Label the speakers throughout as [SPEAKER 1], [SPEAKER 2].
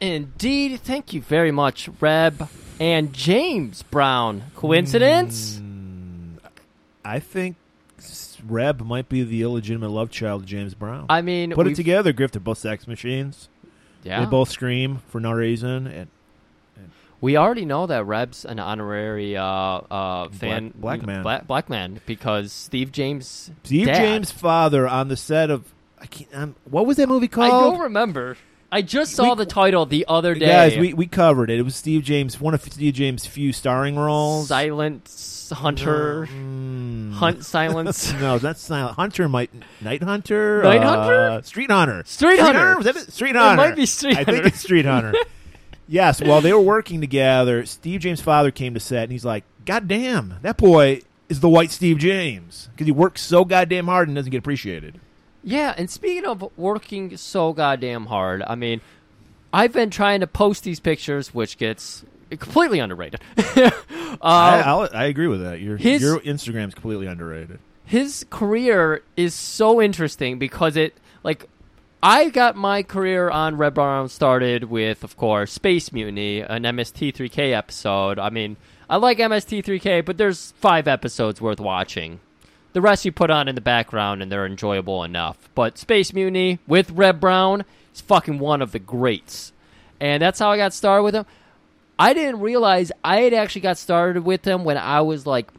[SPEAKER 1] Indeed. Thank you very much, Reb and James Brown. Coincidence?
[SPEAKER 2] Mm. I think s- Reb might be the illegitimate love child of James Brown.
[SPEAKER 1] I mean,
[SPEAKER 2] Put it
[SPEAKER 1] we've-
[SPEAKER 2] together, Griff. They're both sex machines.
[SPEAKER 1] Yeah.
[SPEAKER 2] They both scream for no reason. And
[SPEAKER 1] We already know that Reb's an honorary uh, uh, fan,
[SPEAKER 2] black man.
[SPEAKER 1] bla- black man, because Steve James,
[SPEAKER 2] Steve
[SPEAKER 1] dad-
[SPEAKER 2] James' father on the set of I can't. I'm, what was that movie
[SPEAKER 1] I
[SPEAKER 2] called?
[SPEAKER 1] don't remember. I just saw the title the other day.
[SPEAKER 2] Guys, we, we covered it. It was Steve James, one of Steve James' few starring roles.
[SPEAKER 1] Silence Hunter,
[SPEAKER 2] Mm.
[SPEAKER 1] Hunt Silence.
[SPEAKER 2] No, that's silent. Hunter might Night Hunter,
[SPEAKER 1] Night
[SPEAKER 2] uh,
[SPEAKER 1] Hunter?
[SPEAKER 2] Street Hunter,
[SPEAKER 1] Street Hunter.
[SPEAKER 2] Was that it? Street
[SPEAKER 1] It
[SPEAKER 2] Hunter.
[SPEAKER 1] might be Street
[SPEAKER 2] I
[SPEAKER 1] Hunter.
[SPEAKER 2] think it's Street Hunter. yes. While they were working together, Steve James' father came to set, and he's like, "God damn, that boy is the white Steve James because he works so goddamn hard and doesn't get appreciated."
[SPEAKER 1] yeah, and speaking of working so goddamn hard, I mean, I've been trying to post these pictures, which gets completely underrated.
[SPEAKER 2] I, I'll, I agree with that. Your
[SPEAKER 1] Uh, his-
[SPEAKER 2] your Instagram's completely underrated.
[SPEAKER 1] his career is so interesting because it like I got my career on Red Barn started with, of course, Space Mutiny, an MST3K episode. I mean, I like MST3K, but there's five episodes worth watching. The rest you put on in the background and they're enjoyable enough. But Space Mutiny with Red Brown is fucking one of the greats. And that's how I got started with him. I didn't realize I had actually got started with him when I was like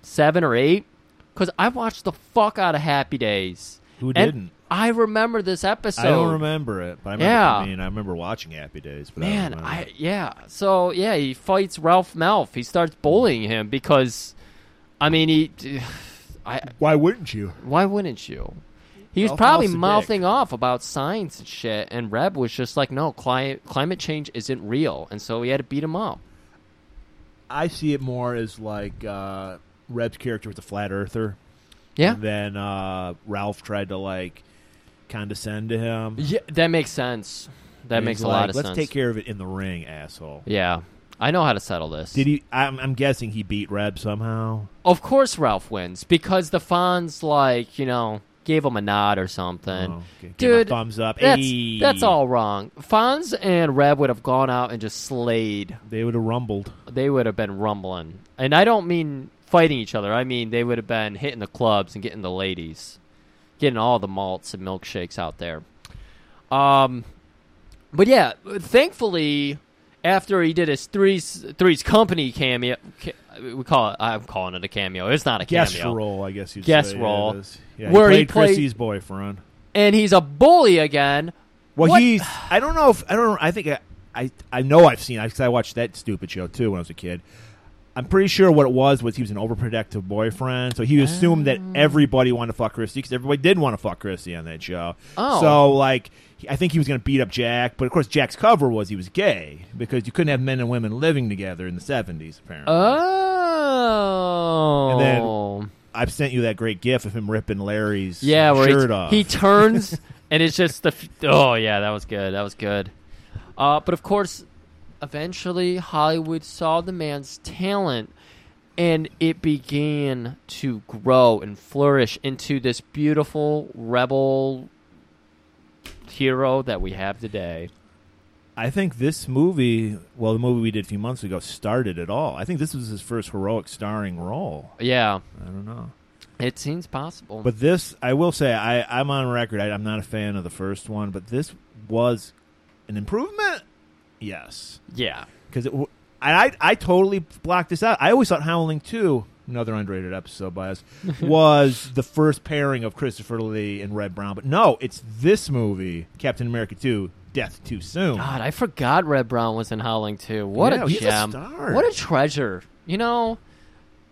[SPEAKER 1] seven or eight because I watched the fuck out of Happy Days.
[SPEAKER 2] Who
[SPEAKER 1] And
[SPEAKER 2] didn't?
[SPEAKER 1] I remember this episode.
[SPEAKER 2] I don't remember it, but I remember,
[SPEAKER 1] Yeah.
[SPEAKER 2] I mean, I remember watching Happy Days. But I, don't
[SPEAKER 1] Man,
[SPEAKER 2] remember.
[SPEAKER 1] I yeah. So yeah, he fights Ralph Malf. He starts bullying him because, I mean, he, I
[SPEAKER 2] why wouldn't you?
[SPEAKER 1] why wouldn't you? He was
[SPEAKER 2] Ralph
[SPEAKER 1] probably
[SPEAKER 2] Malf's a dick.
[SPEAKER 1] mouthing off about science and shit, and Reb was just like, "No, cli- climate change isn't real," and so he had to beat him up.
[SPEAKER 2] I see it more as like uh, Reb's character was a flat earther.
[SPEAKER 1] Yeah,
[SPEAKER 2] And then uh, Ralph tried to like condescend to him.
[SPEAKER 1] yeah, that makes sense. That
[SPEAKER 2] And
[SPEAKER 1] makes
[SPEAKER 2] he's
[SPEAKER 1] a
[SPEAKER 2] like,
[SPEAKER 1] lot of
[SPEAKER 2] Let's
[SPEAKER 1] sense.
[SPEAKER 2] take care of it in the ring, asshole.
[SPEAKER 1] yeah, I know how to settle this.
[SPEAKER 2] Did he? I'm, I'm guessing he beat Reb somehow.
[SPEAKER 1] Of course, Ralph wins because the Fonz, like you know, gave him a nod or something.
[SPEAKER 2] Oh, okay. Give him
[SPEAKER 1] Dude,
[SPEAKER 2] a thumbs up.
[SPEAKER 1] That's
[SPEAKER 2] Ayy.
[SPEAKER 1] that's all wrong. Fonz and Reb would have gone out and just slayed.
[SPEAKER 2] They would have rumbled.
[SPEAKER 1] They would have been rumbling, and I don't mean fighting each other. I mean they would have been hitting the clubs and getting the ladies, getting all the malts and milkshakes out there. Um, but yeah, thankfully, after he did his threes threes company cameo, ca- we call it. I'm calling it a cameo. It's not a
[SPEAKER 2] Guest
[SPEAKER 1] cameo.
[SPEAKER 2] role, I guess you'd
[SPEAKER 1] Guest
[SPEAKER 2] say.
[SPEAKER 1] role.
[SPEAKER 2] Yeah, it is. yeah,
[SPEAKER 1] Where he
[SPEAKER 2] he played
[SPEAKER 1] played-
[SPEAKER 2] Chrissy's boyfriend.
[SPEAKER 1] and he's a bully again.
[SPEAKER 2] Well,
[SPEAKER 1] What-
[SPEAKER 2] he's. I don't know if I don't. I think I. I, I know I've seen because I watched that stupid show too when I was a kid. I'm pretty sure what it was was he was an overprotective boyfriend, so he assumed
[SPEAKER 1] Oh.
[SPEAKER 2] that everybody wanted to fuck Christy because everybody did want to fuck Christy on that show.
[SPEAKER 1] Oh.
[SPEAKER 2] so like he- I think he was going to beat up Jack, but of course Jack's cover was he was gay because you couldn't have men and women living together in the 70s. Apparently,
[SPEAKER 1] Uh. Oh.
[SPEAKER 2] And then- I've sent you that great gif of him ripping Larry's
[SPEAKER 1] yeah, where
[SPEAKER 2] shirt
[SPEAKER 1] he,
[SPEAKER 2] off.
[SPEAKER 1] he turns and it's just the. f- Oh yeah, that was good. That was good. Uh, but of course, eventually Hollywood saw the man's talent, and it began to grow and flourish into this beautiful rebel hero that we have today.
[SPEAKER 2] I think this movie, well, the movie we did a few months ago, started it all. I think this was his first heroic starring role.
[SPEAKER 1] Yeah,
[SPEAKER 2] I don't know,
[SPEAKER 1] it seems possible.
[SPEAKER 2] but this, I will say, I, I'm on record. I, I'm not a fan of the first one, but this was an improvement. Yes,
[SPEAKER 1] yeah,
[SPEAKER 2] because I, I I totally blocked this out. I always thought Howling Two, another underrated episode by us, was the first pairing of Christopher Lee and Red Brown. But no, it's this movie, Captain America Two, Death Too Soon.
[SPEAKER 1] God, I forgot Red Brown was in Howling too. What
[SPEAKER 2] Yeah,
[SPEAKER 1] a
[SPEAKER 2] he's a
[SPEAKER 1] gem!
[SPEAKER 2] star.
[SPEAKER 1] What a treasure! You know,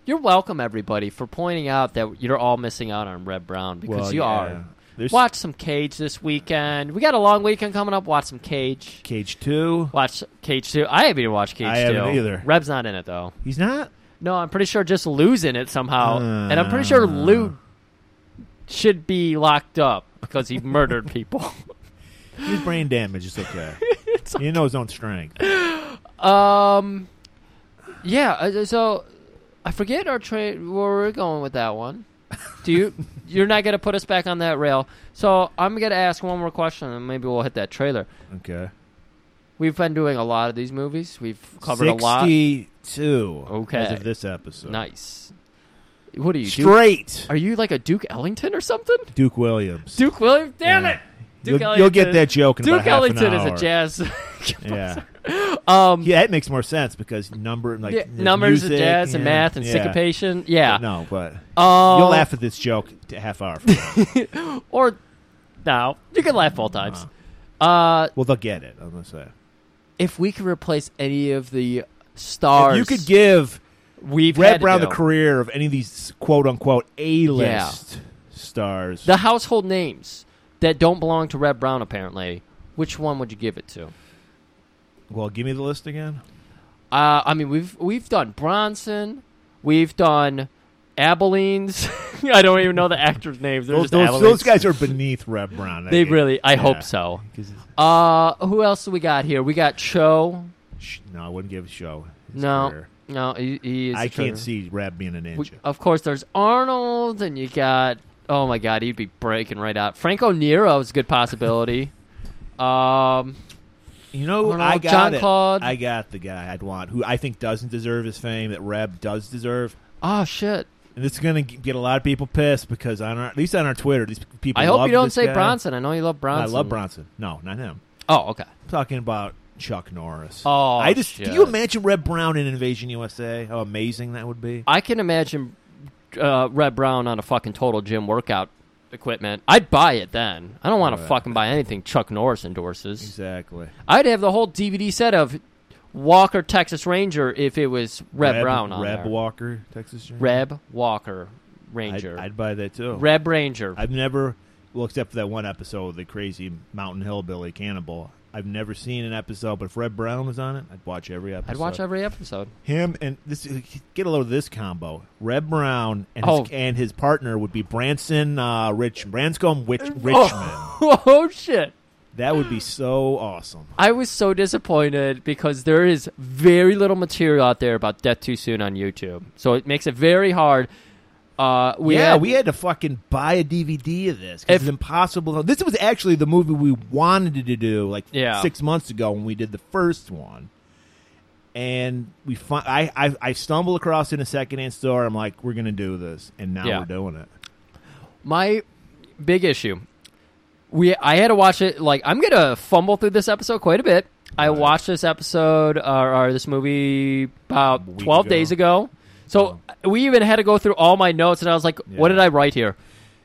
[SPEAKER 1] you're welcome, everybody, for pointing out that you're all missing out on Red Brown because
[SPEAKER 2] Well,
[SPEAKER 1] you
[SPEAKER 2] yeah.
[SPEAKER 1] are.
[SPEAKER 2] There's-
[SPEAKER 1] Watch some Cage this weekend. We got a long weekend coming up. Watch some Cage.
[SPEAKER 2] Cage Two.
[SPEAKER 1] Watch Cage two. I haven't even watched Cage
[SPEAKER 2] I
[SPEAKER 1] two
[SPEAKER 2] haven't either.
[SPEAKER 1] Reb's not in it though.
[SPEAKER 2] He's not.
[SPEAKER 1] No, I'm pretty sure just Lou's in it somehow, and I'm pretty
[SPEAKER 2] Ah.
[SPEAKER 1] sure Lou should be locked up because he murdered people.
[SPEAKER 2] His brain damage is okay. He didn't know his own strength.
[SPEAKER 1] Um, yeah. uh, So I forget our trade where we're going with that one. Do you? you're not gonna put us back on that rail. So I'm gonna ask one more question, and maybe we'll hit that trailer.
[SPEAKER 2] Okay.
[SPEAKER 1] We've been doing a lot of these movies. We've covered a lot.
[SPEAKER 2] Sixty-two.
[SPEAKER 1] Okay.
[SPEAKER 2] As of this episode,
[SPEAKER 1] Nice. What are you? Duke?
[SPEAKER 2] straight
[SPEAKER 1] Are you like a Duke Ellington or something?
[SPEAKER 2] Duke Williams.
[SPEAKER 1] Duke Williams. Damn
[SPEAKER 2] Yeah.
[SPEAKER 1] it. Duke
[SPEAKER 2] you'll, you'll get
[SPEAKER 1] Ellington-
[SPEAKER 2] that joke in
[SPEAKER 1] Duke
[SPEAKER 2] about half
[SPEAKER 1] Ellington
[SPEAKER 2] an
[SPEAKER 1] is
[SPEAKER 2] hour.
[SPEAKER 1] a jazz.
[SPEAKER 2] Yeah.
[SPEAKER 1] um,
[SPEAKER 2] yeah, it makes more sense because number like
[SPEAKER 1] yeah,
[SPEAKER 2] the
[SPEAKER 1] numbers and
[SPEAKER 2] music
[SPEAKER 1] jazz and math and
[SPEAKER 2] yeah.
[SPEAKER 1] syncopation. Yeah.
[SPEAKER 2] No, but
[SPEAKER 1] Um,
[SPEAKER 2] you'll laugh at this joke to half hour. from now.
[SPEAKER 1] or no, you can laugh all times.
[SPEAKER 2] Uh-huh.
[SPEAKER 1] Uh,
[SPEAKER 2] well, they'll get it. I'm gonna say.
[SPEAKER 1] if we could replace any of the stars,
[SPEAKER 2] If you could give
[SPEAKER 1] we've had
[SPEAKER 2] Red
[SPEAKER 1] to
[SPEAKER 2] Brown the
[SPEAKER 1] do.
[SPEAKER 2] career of any of these quote unquote A list stars.
[SPEAKER 1] the household names that don't belong to Red Brown. Apparently, which one would you give it to?
[SPEAKER 2] well, give me the list again.
[SPEAKER 1] Uh, I mean, we've we've done Bronson, weines, we've done Abilene's. I don't even know the actors' names. They're
[SPEAKER 2] Those,
[SPEAKER 1] just
[SPEAKER 2] those,
[SPEAKER 1] Abilene's.
[SPEAKER 2] those guys are beneath Red Brown.
[SPEAKER 1] They really. I
[SPEAKER 2] Yeah.
[SPEAKER 1] hope so.
[SPEAKER 2] 'Cause it's-
[SPEAKER 1] Uh, who else do we got here? We got Cho.
[SPEAKER 2] sh- no, I wouldn't give a show. his
[SPEAKER 1] No,
[SPEAKER 2] career.
[SPEAKER 1] no, he, he is.
[SPEAKER 2] I
[SPEAKER 1] a traitor.
[SPEAKER 2] can't see Red being a
[SPEAKER 1] We- uh,
[SPEAKER 2] ninja.
[SPEAKER 1] of course, there's Arnold, and you got. Oh my God, he'd be breaking right out. Franco Nero is a good possibility. um,
[SPEAKER 2] You know,
[SPEAKER 1] Arnold,
[SPEAKER 2] I got
[SPEAKER 1] John
[SPEAKER 2] it.
[SPEAKER 1] Claude.
[SPEAKER 2] I got the guy I'd want, who I think doesn't deserve his fame that Reb does deserve.
[SPEAKER 1] oh shit.
[SPEAKER 2] And this is going to get a lot of people pissed because on our, at least on our Twitter, these people.
[SPEAKER 1] I hope
[SPEAKER 2] love
[SPEAKER 1] you don't
[SPEAKER 2] this
[SPEAKER 1] say
[SPEAKER 2] guy.
[SPEAKER 1] Bronson. I know you love Bronson.
[SPEAKER 2] I love Bronson. No, not him.
[SPEAKER 1] Oh, okay.
[SPEAKER 2] I'm talking about Chuck Norris.
[SPEAKER 1] Oh,
[SPEAKER 2] I just
[SPEAKER 1] shit.
[SPEAKER 2] can you imagine Reb Brown in Invasion USA? How amazing that would be.
[SPEAKER 1] I can imagine uh, Red Brown on a fucking total gym workout equipment. I'd buy it then. I don't want to
[SPEAKER 2] Right.
[SPEAKER 1] fucking buy anything Chuck Norris endorses.
[SPEAKER 2] Exactly.
[SPEAKER 1] I'd have the whole DVD set of Walker Texas Ranger if it was Red Brown on
[SPEAKER 2] Reb
[SPEAKER 1] there.
[SPEAKER 2] Walker, Texas Ranger.
[SPEAKER 1] Reb Walker
[SPEAKER 2] I'd-
[SPEAKER 1] Ranger.
[SPEAKER 2] I'd, buy that too.
[SPEAKER 1] Reb Ranger.
[SPEAKER 2] I've never, well, except for that one episode of the crazy mountain hillbilly cannibal. I've never seen an episode, but if Red Brown was on it, I'd watch every episode.
[SPEAKER 1] I'd watch every episode.
[SPEAKER 2] him and this. uh, Get a load of this combo: Red Brown and his,
[SPEAKER 1] Oh.
[SPEAKER 2] and his partner would be Branson uh, Rich Branscombe Witch, Richmond.
[SPEAKER 1] Oh, oh shit.
[SPEAKER 2] That would be so awesome.
[SPEAKER 1] I was so disappointed because there is very little material out there about Death Too Soon on YouTube. So it makes it very hard. Uh, we
[SPEAKER 2] yeah,
[SPEAKER 1] had-
[SPEAKER 2] we had to fucking buy a DVD of this. 'cause
[SPEAKER 1] If-
[SPEAKER 2] it's impossible. This was actually the movie we wanted to do like
[SPEAKER 1] Yeah.
[SPEAKER 2] six months ago when we did the first one. And we, fi- I, I, I stumbled across it in a secondhand store. I'm like, we're gonna do this, and now
[SPEAKER 1] Yeah.
[SPEAKER 2] we're doing it.
[SPEAKER 1] my big issue. We I had to watch it like I'm gonna fumble through this episode quite a bit. I watched this episode or, or this movie
[SPEAKER 2] A
[SPEAKER 1] about
[SPEAKER 2] week
[SPEAKER 1] 12
[SPEAKER 2] ago. Um,
[SPEAKER 1] days ago. So we even had to go through all my notes, and I was like, "What
[SPEAKER 2] Yeah.
[SPEAKER 1] did I write here?"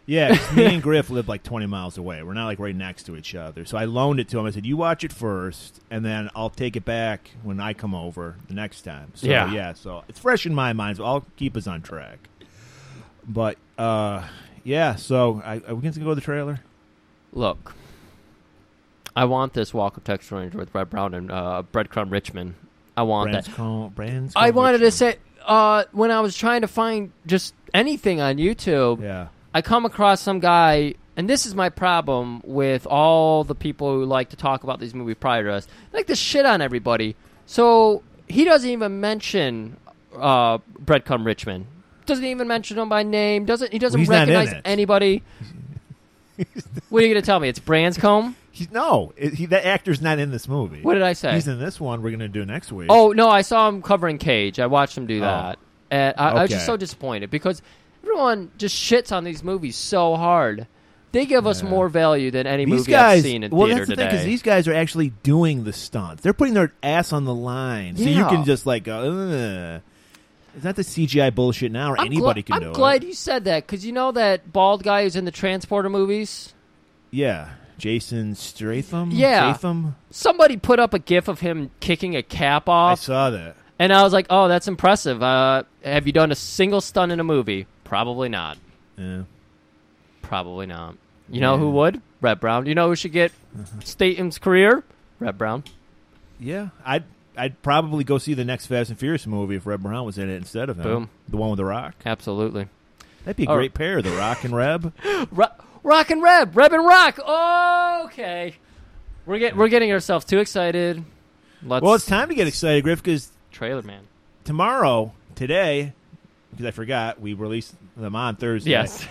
[SPEAKER 2] Yeah, 'cause me and Griff live like 20 miles away. We're not like right next to each other. So I loaned it to him. I said, "You watch it first, and then I'll take it back when I come over the next time." So,
[SPEAKER 1] Yeah.
[SPEAKER 2] yeah, So it's fresh in my mind. So I'll keep us on track. But uh, yeah, so I, are we going to go to the trailer?
[SPEAKER 1] Look, I want this Walker Texas Ranger with Red Brown and uh, Breadcrumb Richmond. I want that.
[SPEAKER 2] Brands call, brands.
[SPEAKER 1] I
[SPEAKER 2] call
[SPEAKER 1] wanted to
[SPEAKER 2] Richmond.
[SPEAKER 1] say uh, when I was trying to find just anything on YouTube,
[SPEAKER 2] Yeah,
[SPEAKER 1] I come across some guy, and this is my problem with all the people who like to talk about these movies prior to us. They like to shit on everybody. So he doesn't even mention uh, Breadcrumb Richmond. Doesn't even mention him by name. Doesn't he? Doesn't
[SPEAKER 2] Well, he's not in
[SPEAKER 1] recognize
[SPEAKER 2] it.
[SPEAKER 1] anybody. what are you going to tell me? It's Branscombe.
[SPEAKER 2] he's no. It, he, that actor's not in this movie.
[SPEAKER 1] What did I say?
[SPEAKER 2] He's in this one. We're going to do next week.
[SPEAKER 1] Oh no, I saw him covering Cage. I watched him do that, and I, I was just
[SPEAKER 2] Oh. Okay.
[SPEAKER 1] so disappointed because everyone just shits on these movies so hard. They give us
[SPEAKER 2] Yeah.
[SPEAKER 1] more value than any
[SPEAKER 2] these
[SPEAKER 1] movie
[SPEAKER 2] guys,
[SPEAKER 1] I've seen in
[SPEAKER 2] well,
[SPEAKER 1] theater
[SPEAKER 2] that's the
[SPEAKER 1] today.
[SPEAKER 2] thing these guys are actually doing the stunts. They're putting their ass on the line, so you
[SPEAKER 1] Yeah.
[SPEAKER 2] can just like, go, Ugh. it's not the CGI bullshit now, or
[SPEAKER 1] I'm
[SPEAKER 2] anybody
[SPEAKER 1] gla-
[SPEAKER 2] can
[SPEAKER 1] I'm
[SPEAKER 2] do
[SPEAKER 1] glad
[SPEAKER 2] it.
[SPEAKER 1] you said that because you know that bald guy who's in the Transporter movies.
[SPEAKER 2] Yeah, Jason Statham.
[SPEAKER 1] Yeah.
[SPEAKER 2] Statham.
[SPEAKER 1] Somebody put up a gif of him kicking a cap
[SPEAKER 2] I
[SPEAKER 1] off,
[SPEAKER 2] saw that.
[SPEAKER 1] and I was like, "Oh, that's impressive." Uh, have you done a single stunt in a movie? Probably not.
[SPEAKER 2] Yeah.
[SPEAKER 1] Probably not. You know who would? Red Brown. You know who should get
[SPEAKER 2] Mm-hmm.
[SPEAKER 1] Statham's career? Red Brown.
[SPEAKER 2] Yeah, I'd I'd probably go see the next Fast and Furious movie if Reb Brown was in it instead of him.
[SPEAKER 1] Boom.
[SPEAKER 2] The one with the Rock.
[SPEAKER 1] Absolutely.
[SPEAKER 2] That'd be a
[SPEAKER 1] All
[SPEAKER 2] great pair, the Rock and Reb.
[SPEAKER 1] Ro- rock and Reb, Reb and Rock. okay, we're get we're getting ourselves too excited. Let's
[SPEAKER 2] well, it's time to get excited, Griff, because
[SPEAKER 1] trailer man.
[SPEAKER 2] tomorrow, today, because I forgot, we released them on Thursday.
[SPEAKER 1] Yes,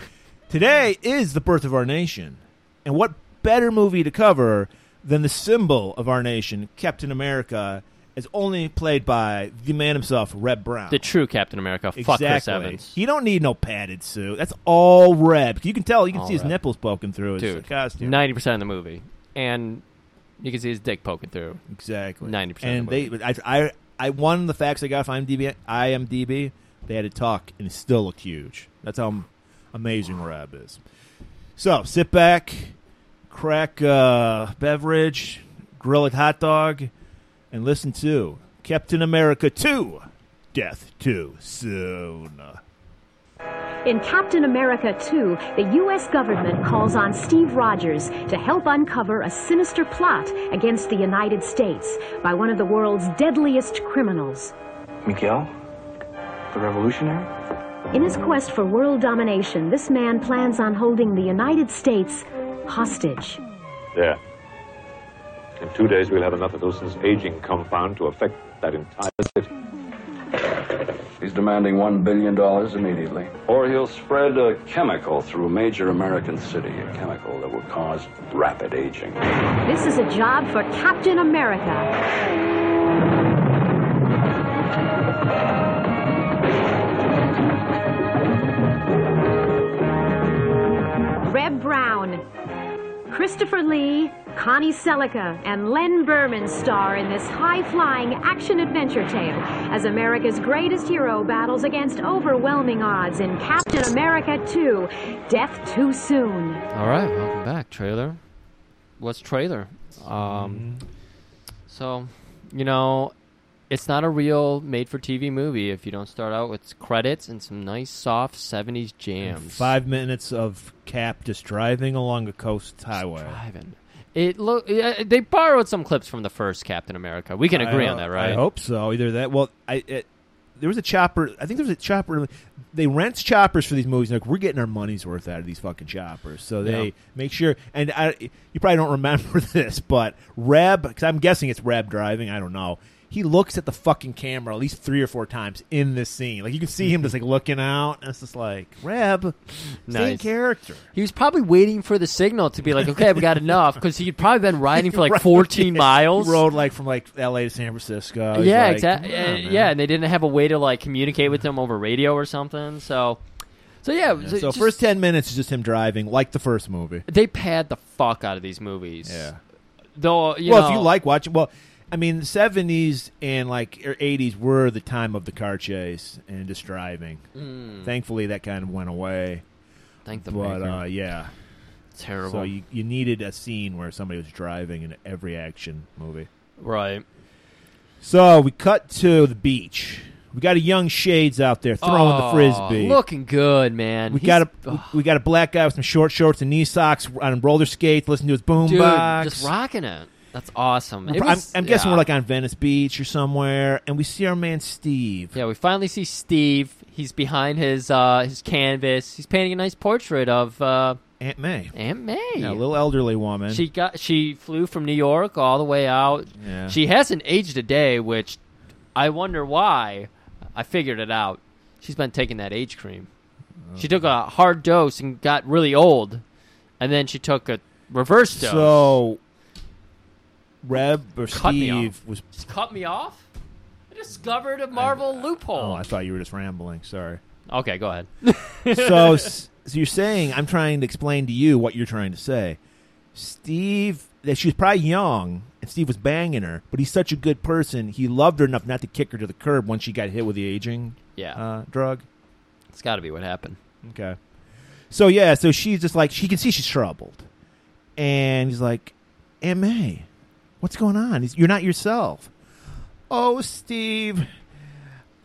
[SPEAKER 2] Today is the birth of our nation. And what better movie to cover than the symbol of our nation, Captain America, is only played by the man himself, Reb Brown.
[SPEAKER 1] The true Captain America. Fuck Chris Evans.
[SPEAKER 2] You don't need no padded suit. That's all Reb. You can tell. You can
[SPEAKER 1] All
[SPEAKER 2] see his
[SPEAKER 1] Reb.
[SPEAKER 2] nipples poking through his
[SPEAKER 1] Dude,
[SPEAKER 2] costume.
[SPEAKER 1] Ninety percent of the movie, and you can see his dick poking through.
[SPEAKER 2] Exactly.
[SPEAKER 1] 90%
[SPEAKER 2] And
[SPEAKER 1] of the
[SPEAKER 2] they, I, I, I, one of the facts I got from IMDb, IMDb, they had a talk and it still looked huge. That's how amazing Rab is. So sit back, crack a beverage, grill a hot dog, and listen to Captain America 2 Death Too Soon.
[SPEAKER 3] In Captain America 2, the U.S. government calls on Steve Rogers to help uncover a sinister plot against the United States by one of the world's deadliest criminals.
[SPEAKER 4] Miguel? The revolutionary?
[SPEAKER 3] In his quest for world domination, this man plans on holding the United States hostage.
[SPEAKER 5] There. In two days, we'll have enough of Wilson's aging compound to affect that entire city.
[SPEAKER 6] He's demanding $1 billion immediately. Or he'll spread a chemical through a major American city, a chemical that will cause rapid aging.
[SPEAKER 3] This is a job for Captain America. Reb Brown, Christopher Lee, Connie Selica, and Len Berman star in this high flying action adventure tale as America's greatest hero battles against overwhelming odds in Captain America 2 Death Too Soon.
[SPEAKER 1] All right, welcome back, trailer. What's trailer? Um, so, you know, it's not a real made-for-TV movie if you don't start out with credits and some nice soft '70s jams.
[SPEAKER 2] Five minutes of Cap just driving along a coast highway.
[SPEAKER 1] Driving. It look yeah, they borrowed some clips from the first Captain America. We can agree
[SPEAKER 2] I-
[SPEAKER 1] on that, right?
[SPEAKER 2] I hope so. Either that. Well, I it, there was a chopper. I think there was a chopper. They rent choppers for these movies. Like we're getting our money's worth out of these fucking choppers. So they
[SPEAKER 1] Yeah.
[SPEAKER 2] make sure. And I, you probably don't remember this, but Reb, because I'm guessing it's Reb driving. I don't know. He looks at the fucking camera at least three or four times in this scene. Like you can see him just like looking out, and it's just like Reb, same
[SPEAKER 1] Nice.
[SPEAKER 2] character.
[SPEAKER 1] He was probably waiting for the signal to be like, okay, I've got enough, because he'd probably been riding for like 14 miles.
[SPEAKER 2] He rode like from like L.A. to San Francisco. He's
[SPEAKER 1] yeah,
[SPEAKER 2] like,
[SPEAKER 1] exactly.
[SPEAKER 2] "Come on, man."
[SPEAKER 1] yeah, and they didn't have a way to like communicate with them over radio or something. So, so yeah.
[SPEAKER 2] So
[SPEAKER 1] just-
[SPEAKER 2] first ten minutes is just him driving, like the first movie.
[SPEAKER 1] they pad the fuck out of these movies.
[SPEAKER 2] Yeah.
[SPEAKER 1] Though, you
[SPEAKER 2] well, if
[SPEAKER 1] know-
[SPEAKER 2] you like watching, well, I mean, the seventies and like eighties were the time of the car chase and just driving. Thankfully, that kind of went away.
[SPEAKER 1] thank Mm. the
[SPEAKER 2] But
[SPEAKER 1] maker.
[SPEAKER 2] uh, yeah,
[SPEAKER 1] terrible.
[SPEAKER 2] so you, you needed a scene where somebody was driving in every action movie.
[SPEAKER 1] right.
[SPEAKER 2] So we cut to the beach. We got a young shades out there throwing the
[SPEAKER 1] Oh,
[SPEAKER 2] frisbee.
[SPEAKER 1] Looking good, man.
[SPEAKER 2] we
[SPEAKER 1] He's-
[SPEAKER 2] got a we,
[SPEAKER 1] oh,
[SPEAKER 2] we got a black guy with some short shorts and knee socks on roller skates. Listening to his boom
[SPEAKER 1] dude,
[SPEAKER 2] box.
[SPEAKER 1] just rocking it. That's awesome. It
[SPEAKER 2] I'm,
[SPEAKER 1] was-
[SPEAKER 2] I'm guessing
[SPEAKER 1] yeah.
[SPEAKER 2] we're like on Venice Beach or somewhere, and we see our man Steve.
[SPEAKER 1] Yeah, we finally see Steve. He's behind his uh, his canvas. He's painting a nice portrait of uh,
[SPEAKER 2] Aunt May.
[SPEAKER 1] Aunt May.
[SPEAKER 2] Yeah, a little elderly woman.
[SPEAKER 1] She got she flew from New York all the way out.
[SPEAKER 2] Yeah.
[SPEAKER 1] She hasn't aged a day, which I wonder why. I figured it out. She's been taking that age cream. She took a hard dose and got really old, and then she took a reverse dose.
[SPEAKER 2] so Reb or
[SPEAKER 1] Cut me
[SPEAKER 2] Steve
[SPEAKER 1] off.
[SPEAKER 2] was.
[SPEAKER 1] Just cut me off. I discovered a Marvel
[SPEAKER 2] Oh,
[SPEAKER 1] loophole.
[SPEAKER 2] I thought you were just rambling. Sorry.
[SPEAKER 1] okay, go ahead.
[SPEAKER 2] So, s- so you're saying I'm trying to explain to you what you're trying to say. Steve, that she was probably young, and Steve was banging her, but he's such a good person. He loved her enough not to kick her to the curb once she got hit with the aging
[SPEAKER 1] Yeah.
[SPEAKER 2] uh, drug.
[SPEAKER 1] it's got to be what happened.
[SPEAKER 2] Okay. So yeah, so she's just like she can see she's troubled, and he's like, "Aunt May, what's going on? He's- You're not yourself." Oh, Steve.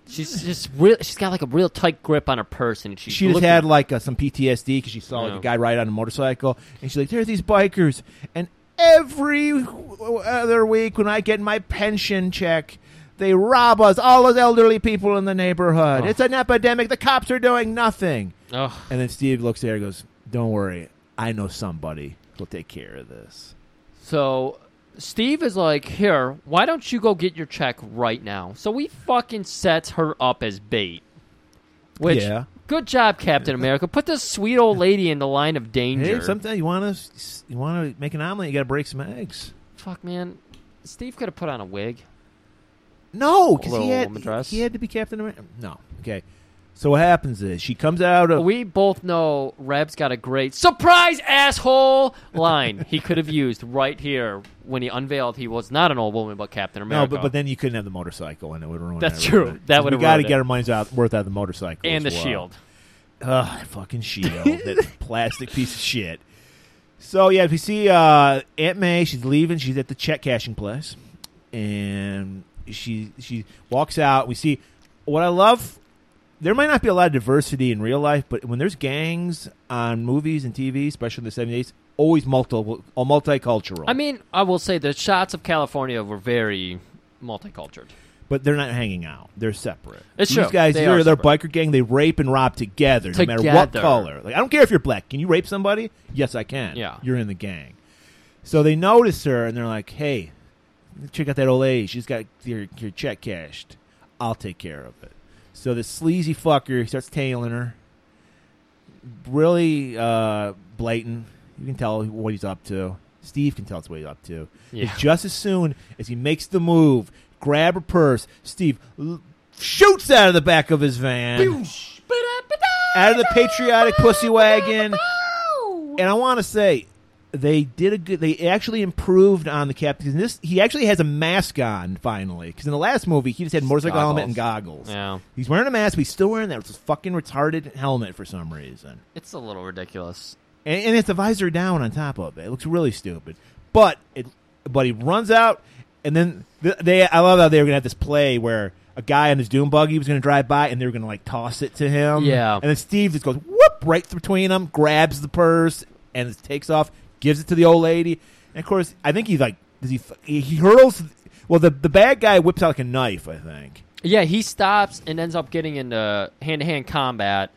[SPEAKER 1] She's just real. She's got like a real tight grip on her purse, and she's
[SPEAKER 2] She just
[SPEAKER 1] looking-
[SPEAKER 2] had like uh, some PTSD because she saw like,
[SPEAKER 1] Yeah.
[SPEAKER 2] a guy ride on a motorcycle, and she's like, "There are these bikers, and every w- other week when I get my pension check." They rob us, all those elderly people in the neighborhood.
[SPEAKER 1] Oh.
[SPEAKER 2] It's an epidemic. The cops are doing nothing.
[SPEAKER 1] Ugh.
[SPEAKER 2] And then Steve looks at her and goes, Don't worry, I know somebody who'll take care of this.
[SPEAKER 1] So Steve is like, here, why don't you go get your check right now? So we fucking sets her up as bait. Which,
[SPEAKER 2] Yeah.
[SPEAKER 1] good job, Captain America. Put this sweet old lady in the line of danger.
[SPEAKER 2] Hey, sometimes you want to you want to make an omelet, you got to break some eggs.
[SPEAKER 1] fuck, man. Steve could have put on a wig.
[SPEAKER 2] No, because
[SPEAKER 1] Little
[SPEAKER 2] he had
[SPEAKER 1] woman dress.
[SPEAKER 2] he had to be Captain America. No, okay. So what happens is she comes out of
[SPEAKER 1] We both know Reb's got a great surprise asshole line he could have used right here when he unveiled he was not an old woman but Captain
[SPEAKER 2] no,
[SPEAKER 1] America.
[SPEAKER 2] but, but then you couldn't have the motorcycle, and it would ruin.
[SPEAKER 1] That's
[SPEAKER 2] everything.
[SPEAKER 1] true. That would've
[SPEAKER 2] we got to
[SPEAKER 1] ruined
[SPEAKER 2] get
[SPEAKER 1] it.
[SPEAKER 2] our money's out worth out of the motorcycle
[SPEAKER 1] and the
[SPEAKER 2] as well.
[SPEAKER 1] shield.
[SPEAKER 2] Ugh, that fucking shield, that plastic piece of shit. So yeah, we see uh, Aunt May. She's leaving. She's at the check cashing place, and she she walks out. We see what I love. There might not be a lot of diversity in real life, but when there's gangs on movies and TV, especially in the seventies, always multiple, or multicultural.
[SPEAKER 1] I mean, I will say the shots of California were very multicultural.
[SPEAKER 2] but they're not hanging out; they're separate.
[SPEAKER 1] It's
[SPEAKER 2] These
[SPEAKER 1] true.
[SPEAKER 2] guys,
[SPEAKER 1] They
[SPEAKER 2] they're,
[SPEAKER 1] are
[SPEAKER 2] they're a
[SPEAKER 1] separate.
[SPEAKER 2] biker gang. They rape and rob together, no matter what
[SPEAKER 1] Together.
[SPEAKER 2] color. Like I don't care if you're black. Can you rape somebody? Yes, I can.
[SPEAKER 1] Yeah.
[SPEAKER 2] you're in the gang. So they notice her and they're like, "Hey, check out that old lady. She's got your, your check cashed. I'll take care of it." So this sleazy fucker starts tailing her. Really uh, blatant. You can tell what he's up to. Steve can tell us what he's up to.
[SPEAKER 1] Yeah.
[SPEAKER 2] And Just as soon as he makes the move, grab her purse, Steve l- shoots out of the back of his van, out of the patriotic pussy wagon. And I want to say, they did a good. They actually improved on the captain. 'cause in This he actually has a mask on finally. Because in the last movie, he just had motorcycle helmet and goggles.
[SPEAKER 1] Yeah.
[SPEAKER 2] He's wearing a mask, but he's still wearing that fucking retarded helmet for some reason.
[SPEAKER 1] It's a little ridiculous.
[SPEAKER 2] And, and it's the visor down on top of it. It looks really stupid. But it, but he runs out, and then th- they. I love how they were gonna have this play where a guy on his doom buggy was gonna drive by, and they were gonna like toss it to him.
[SPEAKER 1] Yeah.
[SPEAKER 2] And then Steve just goes whoop right th- between them, grabs the purse, and it takes off, gives it to the old lady. And of course, I think he like does he f- he he hurls. Well, the the bad guy whips out like a knife. I think.
[SPEAKER 1] Yeah, he stops and ends up getting into hand to hand combat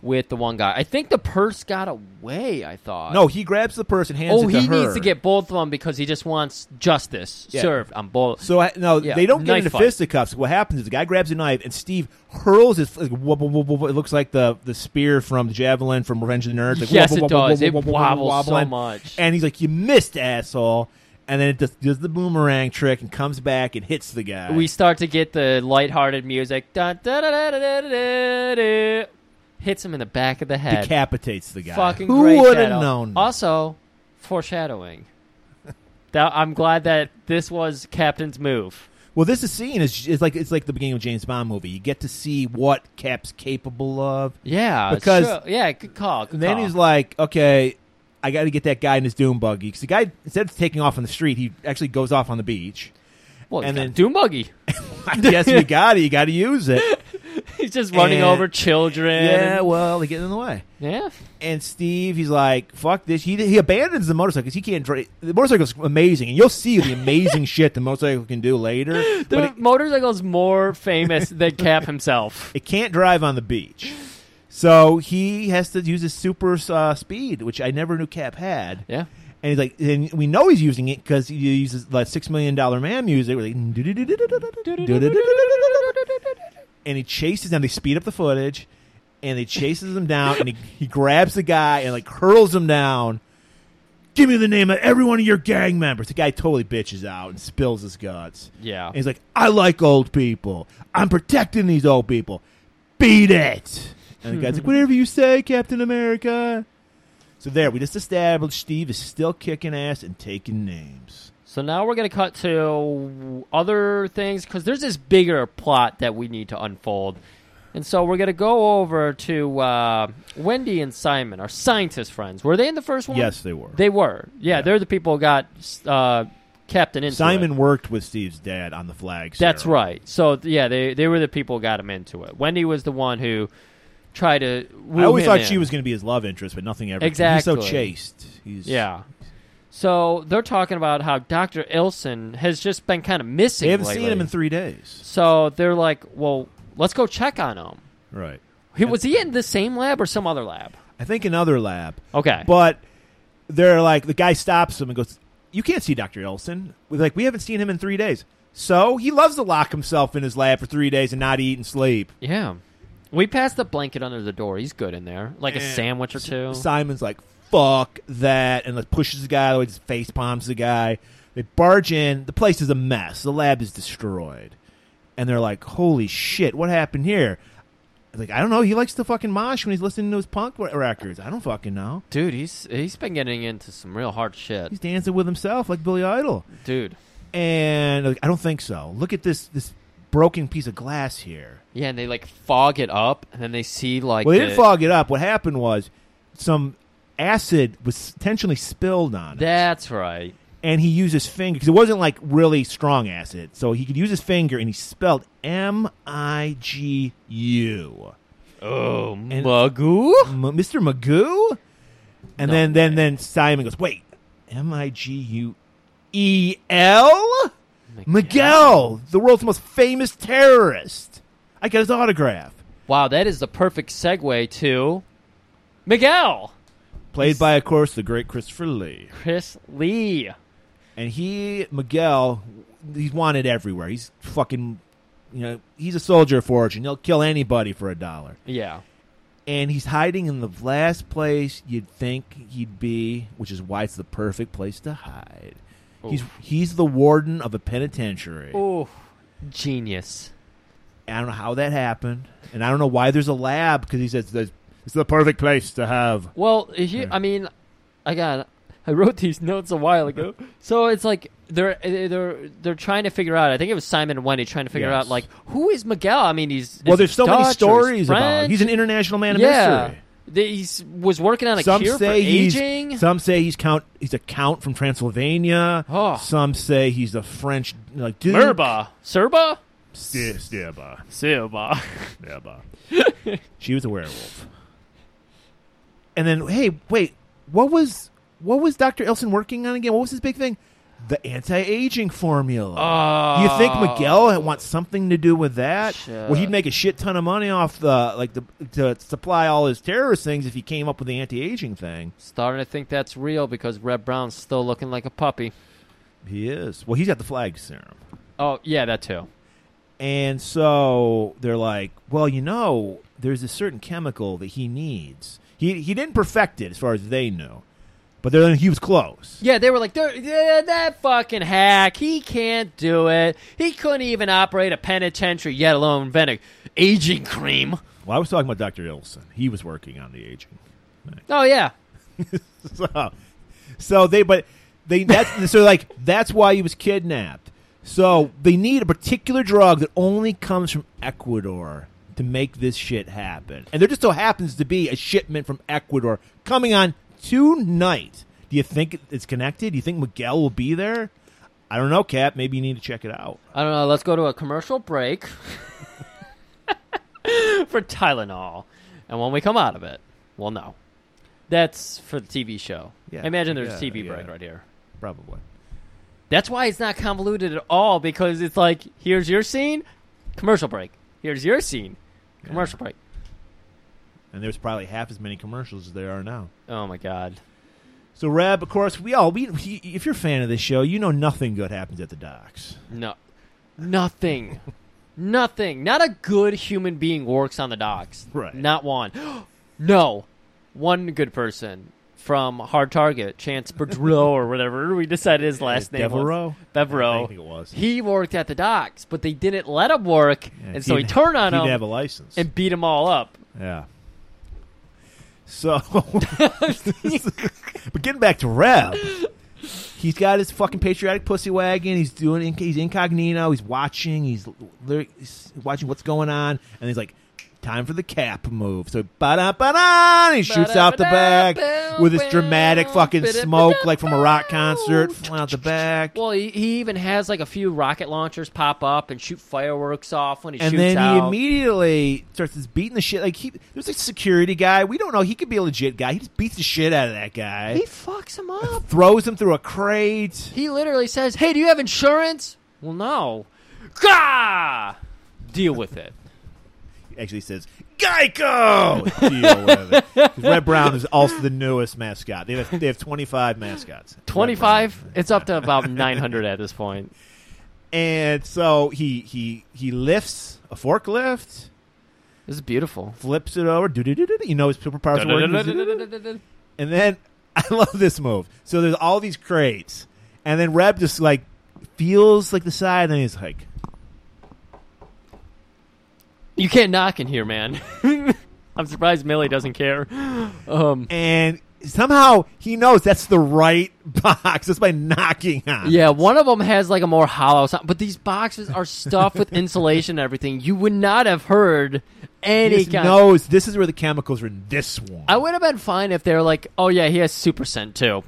[SPEAKER 1] with the one guy. I think the purse got away, I thought.
[SPEAKER 2] No, he grabs the purse and hands
[SPEAKER 1] Uh, Oh,
[SPEAKER 2] it to
[SPEAKER 1] he
[SPEAKER 2] her.
[SPEAKER 1] needs to get both of them because he just wants justice
[SPEAKER 2] Yeah.
[SPEAKER 1] served on both.
[SPEAKER 2] So I, no,
[SPEAKER 1] Yeah,
[SPEAKER 2] they don't get
[SPEAKER 1] knife
[SPEAKER 2] into
[SPEAKER 1] fight.
[SPEAKER 2] fisticuffs. What happens is the guy grabs a knife and Steve hurls his. Like, wub- wub- wub- wub- it looks like the the spear from the javelin from Revenge of the Nerds. Like,
[SPEAKER 1] Yes,
[SPEAKER 2] wub-
[SPEAKER 1] it
[SPEAKER 2] wub-
[SPEAKER 1] does.
[SPEAKER 2] wub-
[SPEAKER 1] It
[SPEAKER 2] wub- wub-
[SPEAKER 1] wobbles so
[SPEAKER 2] wobbling.
[SPEAKER 1] much.
[SPEAKER 2] And he's like, "You missed, asshole!" And then it does, does the boomerang trick and comes back and hits the guy.
[SPEAKER 1] we start to get the lighthearted music. Dun, da, da, da, da, da, da, da, da. Hits him in the back of the head.
[SPEAKER 2] decapitates the guy.
[SPEAKER 1] Fucking
[SPEAKER 2] Who
[SPEAKER 1] great
[SPEAKER 2] would have
[SPEAKER 1] Shadow.
[SPEAKER 2] known?
[SPEAKER 1] Also, foreshadowing. that, I'm glad that this was Captain's move.
[SPEAKER 2] Well, this is scene is, is like it's like the beginning of a James Bond movie. You get to see what Cap's capable of.
[SPEAKER 1] Yeah,
[SPEAKER 2] Because-
[SPEAKER 1] sure. yeah, good call. Good
[SPEAKER 2] And then
[SPEAKER 1] call.
[SPEAKER 2] he's like, okay, I got to get that guy in his doom buggy because the guy instead of taking off on the street, he actually goes off on the beach.
[SPEAKER 1] well, he's
[SPEAKER 2] and
[SPEAKER 1] got
[SPEAKER 2] then-
[SPEAKER 1] Doom Buggy.
[SPEAKER 2] I guess you got it. You got to use it.
[SPEAKER 1] he's just running
[SPEAKER 2] And-
[SPEAKER 1] over children.
[SPEAKER 2] yeah,
[SPEAKER 1] and-
[SPEAKER 2] well, they get in the way.
[SPEAKER 1] yeah.
[SPEAKER 2] And Steve, he's like, fuck this. He he abandons the motorcycle because he can't drive. The motorcycle's amazing, and you'll see the amazing shit the motorcycle can do later.
[SPEAKER 1] The
[SPEAKER 2] But it,
[SPEAKER 1] motorcycle's more famous than Cap himself.
[SPEAKER 2] it can't drive on the beach. So he has to use his super uh, speed, which I never knew Cap had.
[SPEAKER 1] Yeah.
[SPEAKER 2] And he's like, and we know he's using it because he uses like six million dollar man music. where they- And he chases them. They speed up the footage, and he chases them down. And he, he grabs the guy and like hurls him down. Give me the name of every one of your gang members. The guy totally bitches out and spills his guts.
[SPEAKER 1] Yeah.
[SPEAKER 2] And he's like, I like old people. I'm protecting these old people. Beat it. And the guy's like, whatever you say, Captain America. So there, we just established Steve is still kicking ass and taking names.
[SPEAKER 1] So now we're going to cut to other things because there's this bigger plot that we need to unfold. And so we're going to go over to uh, Wendy and Simon, our scientist friends. Were they in the first one?
[SPEAKER 2] Yes, they were.
[SPEAKER 1] They were. Yeah, they're the people who got uh, Captain into
[SPEAKER 2] Simon
[SPEAKER 1] it.
[SPEAKER 2] worked with Steve's dad on the flag.
[SPEAKER 1] That's
[SPEAKER 2] ceremony.
[SPEAKER 1] right. So, th- yeah, they, they were the people who got him into it. Wendy was the one who tried to.
[SPEAKER 2] I
[SPEAKER 1] woo
[SPEAKER 2] always
[SPEAKER 1] him
[SPEAKER 2] thought
[SPEAKER 1] in.
[SPEAKER 2] she was going to be his love interest, but nothing ever. He's
[SPEAKER 1] Exactly.
[SPEAKER 2] so chaste. He's
[SPEAKER 1] Yeah. So they're talking about how Dr. Ilson has just been kind of missing.
[SPEAKER 2] They haven't
[SPEAKER 1] lately.
[SPEAKER 2] seen him in three days.
[SPEAKER 1] So they're like, well, let's go check on him.
[SPEAKER 2] Right.
[SPEAKER 1] He, was he in the same lab or some other lab?
[SPEAKER 2] I think another lab.
[SPEAKER 1] Okay.
[SPEAKER 2] But they're like the guy stops him and goes, "You can't see Doctor Elson." We're like, "We haven't seen him in three days." So he loves to lock himself in his lab for three days and not eat and sleep.
[SPEAKER 1] yeah. We passed the blanket under the door. He's good in there. Like a
[SPEAKER 2] Eh.
[SPEAKER 1] sandwich or two.
[SPEAKER 2] Simon's like, "Fuck that!" and like pushes the guy away, just face palms the guy. They barge in. The place is a mess. The lab is destroyed, and they're like, "Holy shit! What happened here?" Like, I don't know. He likes to fucking mosh when he's listening to his punk re- records. I don't fucking know.
[SPEAKER 1] Dude, he's he's been getting into some real hard shit.
[SPEAKER 2] He's dancing with himself like Billy Idol.
[SPEAKER 1] Dude.
[SPEAKER 2] And like, I don't think so. Look at this this broken piece of glass here.
[SPEAKER 1] Yeah, and they like fog it up and then they see like
[SPEAKER 2] Well, they
[SPEAKER 1] the-
[SPEAKER 2] didn't fog it up. What happened was some acid was intentionally spilled on it,
[SPEAKER 1] That's right.
[SPEAKER 2] and he used his finger because it wasn't like really strong acid, so he could use his finger, and he spelled M I G U,
[SPEAKER 1] Oh, Magoo?
[SPEAKER 2] Mister Magoo. And
[SPEAKER 1] No
[SPEAKER 2] then, then, then Simon goes, "Wait, M I G U E L Miguel, the world's most famous terrorist. I got his autograph,
[SPEAKER 1] Wow, that is the perfect segue to Miguel.
[SPEAKER 2] played by, of course, the great Christopher Lee."
[SPEAKER 1] Chris Lee.
[SPEAKER 2] and he Miguel, he's wanted everywhere. He's fucking, you know, he's a soldier of fortune. He'll kill anybody for a dollar.
[SPEAKER 1] Yeah.
[SPEAKER 2] And he's hiding in the last place you'd think he'd be, which is why it's the perfect place to hide. He's he's the warden of a penitentiary.
[SPEAKER 1] Oh, genius.
[SPEAKER 2] I don't know how that happened, and I don't know why there's a lab because he says there's- it's the perfect place to have.
[SPEAKER 1] Well, he,
[SPEAKER 2] Yeah.
[SPEAKER 1] I mean, I got. I wrote these notes a while ago, so it's like they're eh, they're theyey're trying to figure out. I think it was Simon and Wendy trying to figure
[SPEAKER 2] Yes.
[SPEAKER 1] out like who is Miguel. I mean, he's
[SPEAKER 2] Well,
[SPEAKER 1] is
[SPEAKER 2] there's
[SPEAKER 1] he
[SPEAKER 2] so many
[SPEAKER 1] Dutch or
[SPEAKER 2] stories about. It.
[SPEAKER 1] French?
[SPEAKER 2] He's an international man of
[SPEAKER 1] yeah.
[SPEAKER 2] mystery.
[SPEAKER 1] They- He's was working on a
[SPEAKER 2] some
[SPEAKER 1] cure for
[SPEAKER 2] say he's
[SPEAKER 1] aging.
[SPEAKER 2] some say he's count he's a count from Transylvania.
[SPEAKER 1] Oh.
[SPEAKER 2] Some say he's a French like dude.
[SPEAKER 1] Merba, Serba,
[SPEAKER 2] Stirba.
[SPEAKER 1] Silba.
[SPEAKER 2] Stirba. she was a werewolf. And then hey, wait, what was what was Dr. Elson working on again? What was his big thing? The anti-aging formula.
[SPEAKER 1] Oh.
[SPEAKER 2] you think Miguel wants something to do with that?
[SPEAKER 1] Shit.
[SPEAKER 2] Well, he'd make a shit ton of money off the like the to supply all his terrorist things if he came up with the anti-aging thing.
[SPEAKER 1] Starting to think that's real because Red Brown's still looking like a puppy.
[SPEAKER 2] He is. Well, he's got the flag serum.
[SPEAKER 1] Oh yeah, that too.
[SPEAKER 2] And so they're like, well, you know, there's a certain chemical that he needs. He he didn't perfect it as far as they knew, but they're, he was close.
[SPEAKER 1] Yeah, they were like, "Dude, yeah, that fucking hack, he can't do it. He couldn't even operate a penitentiary, yet alone invent a aging cream.
[SPEAKER 2] Well, I was talking about Dr. Ilson. He was working on the aging.
[SPEAKER 1] Oh, yeah.
[SPEAKER 2] So, so they but they that's so like that's why he was kidnapped. So they need a particular drug that only comes from Ecuador to make this shit happen. And there just so happens to be a shipment from Ecuador coming on tonight. Do you think it's connected? Do you think Miguel will be there? I don't know, Cap. Maybe you need to check it out.
[SPEAKER 1] I don't know. Let's go to a commercial break for Tylenol. And when we come out of it, we'll know. That's for the TV show.
[SPEAKER 2] Yeah,
[SPEAKER 1] I imagine there's a
[SPEAKER 2] yeah,
[SPEAKER 1] TV
[SPEAKER 2] yeah.
[SPEAKER 1] break right here.
[SPEAKER 2] Probably.
[SPEAKER 1] That's why it's not convoluted at all because it's like, here's your scene, commercial break. Here's your scene, commercial break.
[SPEAKER 2] And there's probably half as many commercials as there are now.
[SPEAKER 1] Oh, my God.
[SPEAKER 2] So, Reb, of course, we all we he, if you're a fan of this show, you know nothing good happens at the docks.
[SPEAKER 1] No, nothing, nothing. Not a good human being works on the docks.
[SPEAKER 2] Right.
[SPEAKER 1] Not one. no, one good person from Hard Target, Chance Bedreau or whatever we decided his last name
[SPEAKER 2] Devereaux?
[SPEAKER 1] was. Devereaux.
[SPEAKER 2] I think it was.
[SPEAKER 1] He worked at the docks, but they didn't let him work,
[SPEAKER 2] Yeah,
[SPEAKER 1] and so he
[SPEAKER 2] didn't-
[SPEAKER 1] turned on
[SPEAKER 2] he
[SPEAKER 1] him
[SPEAKER 2] Didn't have a license.
[SPEAKER 1] and beat them all up.
[SPEAKER 2] yeah. So, but getting back to Rev, he's got his fucking patriotic pussy wagon. He's doing inc- he's incognito. He's watching. He's, lir- he's watching what's going on, and he's like. Time for the cap move. So ba da ba da, he shoots out the back with his dramatic fucking smoke, like from a rock concert, flying out the back.
[SPEAKER 1] Well, he, he even has like a few rocket launchers pop up and shoot fireworks off when he
[SPEAKER 2] and
[SPEAKER 1] shoots
[SPEAKER 2] then
[SPEAKER 1] out.
[SPEAKER 2] he immediately starts just beating the shit. Like he, there's a security guy. We don't know. He could be a legit guy. He just beats the shit out of that guy.
[SPEAKER 1] He fucks him up.
[SPEAKER 2] throws him through a crate.
[SPEAKER 1] he literally says, "Hey, do you have insurance?" Well, no. Gah! Deal with it.
[SPEAKER 2] He actually says, "Geico." Deal with it. 'Cause Red Brown is also the newest mascot. They have, they have 25 mascots. Red
[SPEAKER 1] Twenty-five. It's up to about nine hundred at this point.
[SPEAKER 2] Brown. And so he he he lifts a forklift,
[SPEAKER 1] This is beautiful.
[SPEAKER 2] flips it over. Do do do do. You know his superpowers are working.
[SPEAKER 1] Dun-dun-dun-dun-dun-dun-dun.
[SPEAKER 2] And then I love this move. So there's all these crates, And then Reb just like feels like the side, and he's like,
[SPEAKER 1] You can't knock in here, man. I'm surprised Millie doesn't care. Um,
[SPEAKER 2] and somehow he knows that's the right box. That's by knocking on.
[SPEAKER 1] yeah, one of them has like a more hollow sound, but these boxes are stuffed with insulation and everything. You would not have heard
[SPEAKER 2] he
[SPEAKER 1] any
[SPEAKER 2] just
[SPEAKER 1] kind.
[SPEAKER 2] knows this is where the chemicals are in this one.
[SPEAKER 1] I would have been fine if they were like, "Oh yeah, he has super scent too."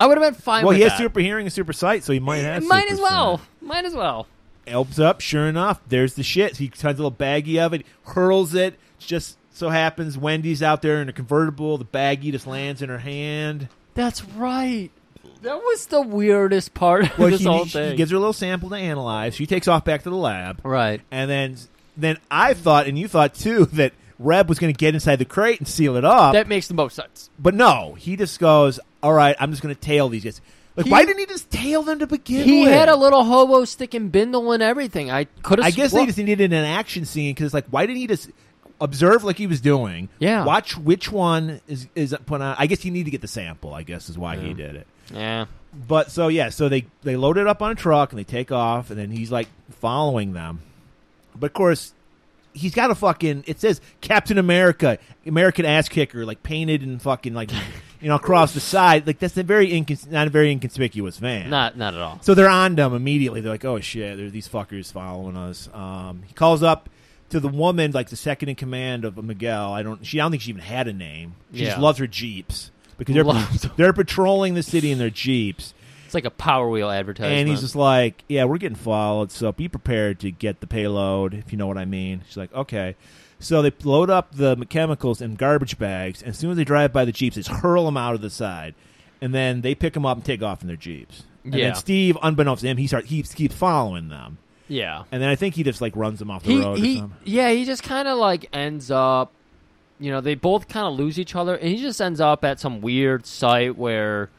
[SPEAKER 1] I would have been fine.
[SPEAKER 2] well,
[SPEAKER 1] with
[SPEAKER 2] he has
[SPEAKER 1] that.
[SPEAKER 2] super hearing and super sight, so he might have.
[SPEAKER 1] Might
[SPEAKER 2] super
[SPEAKER 1] as well.
[SPEAKER 2] sight.
[SPEAKER 1] Might as well.
[SPEAKER 2] Elps up. Sure enough, there's the shit. He finds a little baggie of it, hurls it. Just so happens Wendy's out there in a convertible. The baggie just lands in her hand.
[SPEAKER 1] That's right. That was the weirdest part of
[SPEAKER 2] Well,
[SPEAKER 1] this
[SPEAKER 2] he,
[SPEAKER 1] whole
[SPEAKER 2] he
[SPEAKER 1] thing.
[SPEAKER 2] gives her a little sample to analyze. She takes off back to the lab.
[SPEAKER 1] right.
[SPEAKER 2] And then then I thought and you thought too that Reb was going to get inside the crate and seal it up.
[SPEAKER 1] That makes the most sense.
[SPEAKER 2] but no, he just goes, "All right, I'm just going to tail these guys." Like
[SPEAKER 1] He-
[SPEAKER 2] why didn't he just tail them to begin
[SPEAKER 1] He
[SPEAKER 2] with?
[SPEAKER 1] had a little hobo stick and bindle and everything. I could have.
[SPEAKER 2] I guess they just needed an action scene cuz like why didn't he just observe like he was doing?
[SPEAKER 1] Yeah.
[SPEAKER 2] Watch which one is is put on. I guess he needed to get the sample, I guess is why he did it.
[SPEAKER 1] Yeah.
[SPEAKER 2] But so yeah, so they they load it up on a truck and they take off, and then he's like following them. But of course, he's got a fucking. It says Captain America, American ass kicker, like painted and fucking like you know across the side. Like that's a very incons- not a very inconspicuous van.
[SPEAKER 1] Not. Not at all.
[SPEAKER 2] So they're on them immediately. They're like, "Oh shit, there's these fuckers following us." Um, he calls up to the woman, like the second in command of Miguel. I don't. She. I don't think she even had a name. She just
[SPEAKER 1] Yeah.
[SPEAKER 2] loves her jeeps because they're
[SPEAKER 1] Loves-
[SPEAKER 2] they're patrolling the city in their jeeps.
[SPEAKER 1] It's like a Power Wheel advertisement.
[SPEAKER 2] And he's just like, "Yeah, we're getting followed, so be prepared to get the payload, if you know what I mean." She's like, "Okay." So they load up the chemicals in garbage bags, and as soon as they drive by the jeeps, they just hurl them out of the side, and then they pick them up and take off in their jeeps. And
[SPEAKER 1] Yeah.
[SPEAKER 2] then Steve, unbeknownst to him, he starts he keeps following them,
[SPEAKER 1] yeah.
[SPEAKER 2] and then I think he just like runs them off the
[SPEAKER 1] He.
[SPEAKER 2] road. or
[SPEAKER 1] He.
[SPEAKER 2] something.
[SPEAKER 1] Yeah. He just kind of like ends up. You know, they both kind of lose each other, and he just ends up at some weird site where.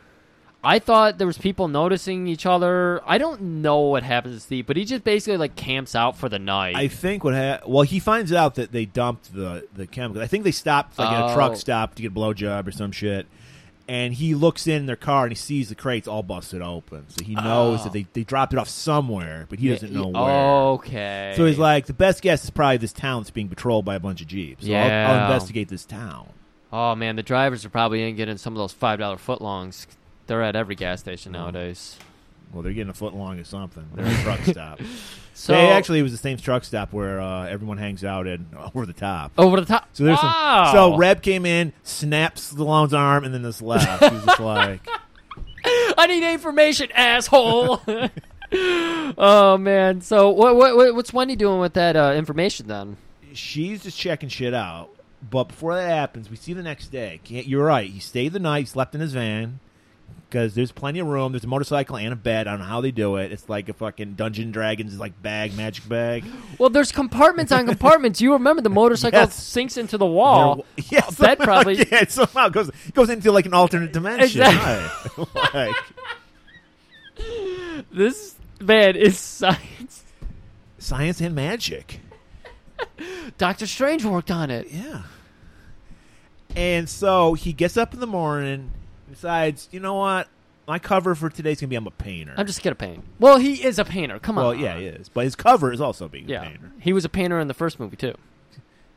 [SPEAKER 1] I thought there was people noticing each other. I don't know what happens to Steve, but he just basically like camps out for the night.
[SPEAKER 2] I think what ha- well he finds out that they dumped the the chemicals. I think they stopped like at a
[SPEAKER 1] Oh.
[SPEAKER 2] truck stop to get a blowjob or some shit. And he looks in their car and he sees the crates all busted open. So he knows
[SPEAKER 1] Oh.
[SPEAKER 2] that they, they dropped it off somewhere, but he doesn't know where.
[SPEAKER 1] Okay.
[SPEAKER 2] So he's like, the best guess is probably this town that's being patrolled by a bunch of jeeps. So I'll- I'll,
[SPEAKER 1] Yeah.
[SPEAKER 2] investigate this town.
[SPEAKER 1] Oh man, the drivers are probably in getting some of those five dollar footlongs. They're at every gas station
[SPEAKER 2] Oh.
[SPEAKER 1] nowadays.
[SPEAKER 2] Well, they're getting a foot long or something. They're at a truck stop.
[SPEAKER 1] So
[SPEAKER 2] they actually it was the same truck stop where uh, everyone hangs out at over the top.
[SPEAKER 1] over the top.
[SPEAKER 2] So there's
[SPEAKER 1] wow.
[SPEAKER 2] some. So Reb came in, snaps Stallone's arm, and then just left. He's just like,
[SPEAKER 1] I need information, asshole. oh man. So what, what what- what's Wendy doing with that uh, information then?
[SPEAKER 2] she's just checking shit out. But before that happens, we see the next day. Can't, you're right. He stayed the night, slept in his van because there's plenty of room. There's a motorcycle and a bed. I don't know how they do it. It's like a fucking Dungeon and Dragons like bag, magic bag.
[SPEAKER 1] Well, there's compartments on compartments. You remember the motorcycle
[SPEAKER 2] Yes.
[SPEAKER 1] sinks into the wall.
[SPEAKER 2] There- yeah,
[SPEAKER 1] Oh, A
[SPEAKER 2] somehow-
[SPEAKER 1] bed probably.
[SPEAKER 2] Yeah, it somehow goes goes into like an alternate dimension.
[SPEAKER 1] Exactly.
[SPEAKER 2] Right. like,
[SPEAKER 1] This man is science.
[SPEAKER 2] science and magic.
[SPEAKER 1] Doctor Strange worked on it.
[SPEAKER 2] Yeah. And so he gets up in the morning, decides, you know what? My cover for today's gonna be I'm a painter.
[SPEAKER 1] I'm just gonna paint. Well, he is a painter. Come on.
[SPEAKER 2] well, yeah, he is, but his cover is also being
[SPEAKER 1] Yeah.
[SPEAKER 2] a painter,
[SPEAKER 1] He was a painter in the first movie too.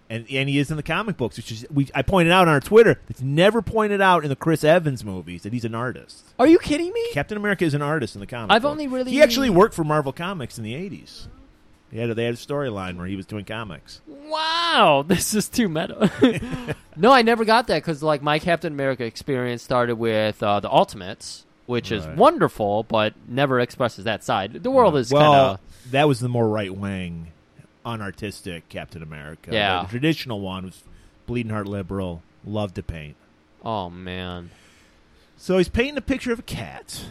[SPEAKER 2] and and he is in the comic books, which is we I pointed out on our Twitter. It's never pointed out in the Chris Evans movies that he's an artist.
[SPEAKER 1] Are you kidding me?
[SPEAKER 2] Captain America is an artist in the comic.
[SPEAKER 1] I've
[SPEAKER 2] book.
[SPEAKER 1] only really-
[SPEAKER 2] he actually worked for Marvel Comics in the '80s. They had a, they had a storyline where he was doing comics.
[SPEAKER 1] Wow, this is too meta. no, I never got that because like my Captain America experience started with uh, the Ultimates, which is
[SPEAKER 2] Right.
[SPEAKER 1] wonderful, but never expresses that side. The world is
[SPEAKER 2] well,
[SPEAKER 1] kind
[SPEAKER 2] that was the more right wing, unartistic Captain America.
[SPEAKER 1] Yeah.
[SPEAKER 2] the traditional one was bleeding heart liberal, loved to paint.
[SPEAKER 1] of oh man,
[SPEAKER 2] So he's painting a picture of a cat.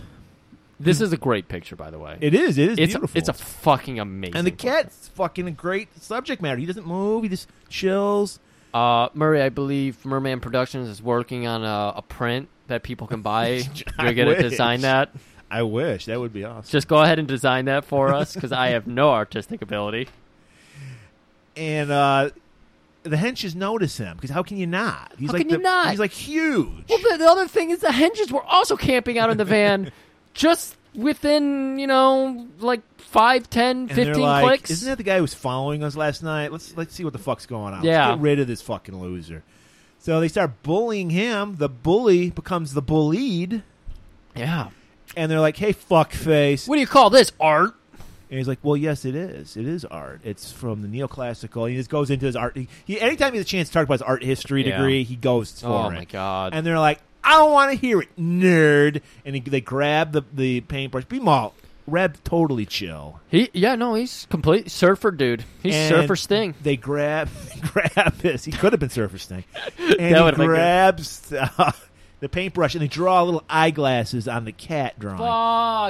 [SPEAKER 1] this is a great picture by the way.
[SPEAKER 2] It is, it is
[SPEAKER 1] it's
[SPEAKER 2] beautiful.
[SPEAKER 1] it's a fucking amazing.
[SPEAKER 2] and the
[SPEAKER 1] picture.
[SPEAKER 2] cat's fucking a great subject matter. He doesn't move. He just chills.
[SPEAKER 1] uh, Murray, I believe Merman Productions is working on a, a print that people can buy.
[SPEAKER 2] I
[SPEAKER 1] You're gonna
[SPEAKER 2] wish.
[SPEAKER 1] design that.
[SPEAKER 2] I wish that would be awesome.
[SPEAKER 1] Just go ahead and design that for us because I have no artistic ability.
[SPEAKER 2] And uh, the henches notice him because how can you not? He's
[SPEAKER 1] How
[SPEAKER 2] like
[SPEAKER 1] can you
[SPEAKER 2] the-
[SPEAKER 1] not?
[SPEAKER 2] He's like huge.
[SPEAKER 1] Well, the, the other thing is the Henges were also camping out in the van, just within you know like 5 10
[SPEAKER 2] And they're
[SPEAKER 1] 15
[SPEAKER 2] like,
[SPEAKER 1] clicks
[SPEAKER 2] Isn't that the guy who was following us last night? Let's let's see what the fuck's going on.
[SPEAKER 1] Yeah.
[SPEAKER 2] Let's get rid of this fucking loser. So they start bullying him. The bully becomes the bullied,
[SPEAKER 1] yeah
[SPEAKER 2] and they're like, "Hey, fuckface!"
[SPEAKER 1] what do you call this art
[SPEAKER 2] And he's like, "Well, yes, it is. It is art. It's from the neoclassical." He just goes into his art. He, he anytime he has a chance to talk about his art history
[SPEAKER 1] Yeah.
[SPEAKER 2] degree, he goes for
[SPEAKER 1] Oh,
[SPEAKER 2] it.
[SPEAKER 1] my God.
[SPEAKER 2] And they're like, "I don't want to hear it, nerd!" And he, they grab the the paintbrush. Be mall. Reb totally chill.
[SPEAKER 1] he yeah no he's complete surfer dude he's
[SPEAKER 2] And
[SPEAKER 1] surfer sting
[SPEAKER 2] They grab grab this. He could have been Surfer Sting. And
[SPEAKER 1] would've
[SPEAKER 2] he
[SPEAKER 1] been good.
[SPEAKER 2] grabs uh, the paintbrush and they draw little eyeglasses on the cat drawing.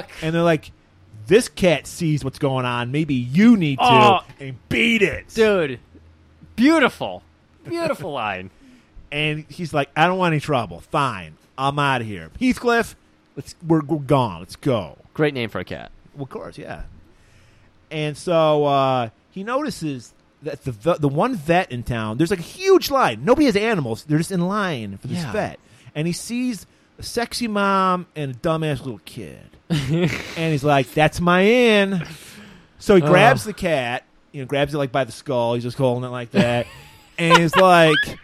[SPEAKER 1] fuck
[SPEAKER 2] And they're like, "This cat sees what's going on. Maybe you need to
[SPEAKER 1] Oh.
[SPEAKER 2] and beat it."
[SPEAKER 1] dude beautiful beautiful line
[SPEAKER 2] And he's like, "I don't want any trouble. Fine, I'm out of here. Heathcliff, let's we're, we're gone. Let's go."
[SPEAKER 1] great name for a cat
[SPEAKER 2] Well, of course, yeah. And so uh, he notices that the ve- the one vet in town, there's like a huge line. Nobody has animals. They're just in line for this
[SPEAKER 1] Yeah.
[SPEAKER 2] vet. And he sees a sexy mom and a dumbass little kid. and he's like, "That's my in." So he grabs the cat, you know, grabs it like by the skull. He's just holding it like that, and he's like,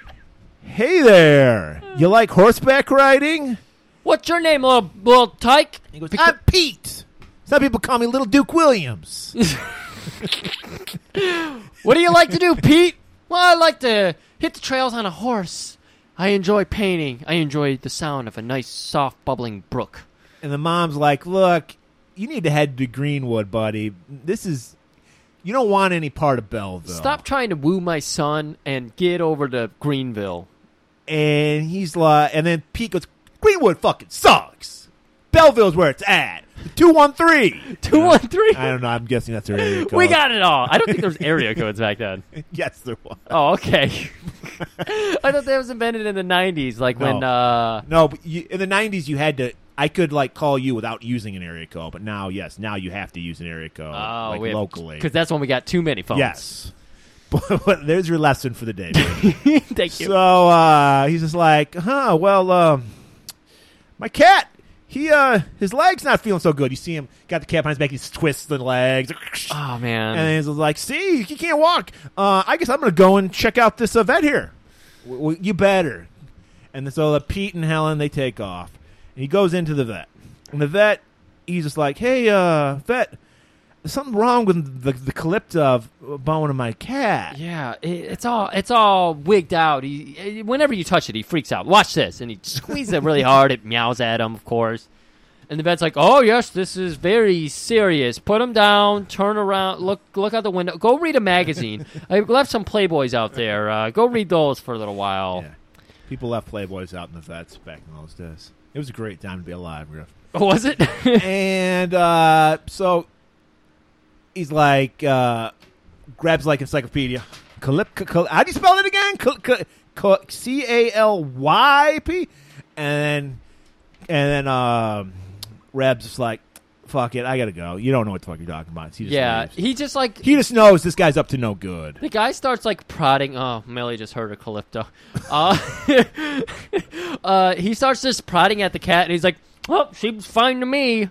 [SPEAKER 2] "Hey there, you like horseback riding?"
[SPEAKER 1] what's your name little little tyke
[SPEAKER 2] He goes,
[SPEAKER 1] "Ah."
[SPEAKER 2] "I'm Pete." Some people call me Little Duke Williams.
[SPEAKER 1] What do you like to do, Pete? Well, I like to hit the trails on a horse. I enjoy painting. I enjoy the sound of a nice, soft, bubbling brook.
[SPEAKER 2] And the mom's like, "Look, you need to head to Greenwood, buddy. This is you don't want any part of Belleville."
[SPEAKER 1] Stop trying to woo my son and get over to Greenville.
[SPEAKER 2] And he's like, and then Pete goes, "Greenwood fucking sucks. Belleville's where it's at. Two one three.
[SPEAKER 1] Two one three.
[SPEAKER 2] I don't know. I'm guessing that's their area code.
[SPEAKER 1] We got it all. I don't think there was area codes back then.
[SPEAKER 2] yes, there was.
[SPEAKER 1] Oh, okay. I thought that was invented in the '90s, like when.
[SPEAKER 2] No.
[SPEAKER 1] uh
[SPEAKER 2] No, but you, in the '90s, you had to. I could like call you without using an area code, but now, yes, now you have to use an area code
[SPEAKER 1] Oh,
[SPEAKER 2] like, locally.
[SPEAKER 1] because that's when we got too many phones.
[SPEAKER 2] yes. But, there's your lesson for the day. baby.
[SPEAKER 1] thank you.
[SPEAKER 2] So uh, he's just like, huh, well, um, my cat, he uh, his leg's not feeling so good. You see him got the cat behind his back, he's twisting legs.
[SPEAKER 1] oh man.
[SPEAKER 2] And he's like, see, he can't walk. Uh, I guess I'm going to go and check out this uh, vet here. W- w- you better. And so uh, Pete and Helen, they take off. And he goes into the vet. And the vet, he's just like, hey, uh, vet, there's something wrong with the, the calypto bone of my cat.
[SPEAKER 1] Yeah, it, it's all it's all wigged out. He, eh, whenever you touch it, he freaks out. Watch this, and he squeezes it really hard. It meows at him, of course. And the vet's like, "Oh yes, this is very serious. Put him down. Turn around. Look look out the window. Go read a magazine. I left some Playboys out there. Uh, go read those for a little while.
[SPEAKER 2] Yeah. People left Playboys out in the vets back in those days. It was a great time to be alive, Griff.
[SPEAKER 1] Was it?
[SPEAKER 2] and uh, so he's like, uh, grabs like encyclopedia. Calyp- ca- cal- how do you spell it again? Cal- ca- ca- C A L Y P? And then, and then um, Reb's just like, fuck it, I gotta go. You don't know what the fuck you're talking about. He just
[SPEAKER 1] yeah,
[SPEAKER 2] leaves.
[SPEAKER 1] he just like
[SPEAKER 2] He just knows this guy's up to no good.
[SPEAKER 1] The guy starts like prodding. Oh, Millie just heard a calypto. Uh, uh, he starts just prodding at the cat, and he's like, "Well, seems fine to me."
[SPEAKER 2] He's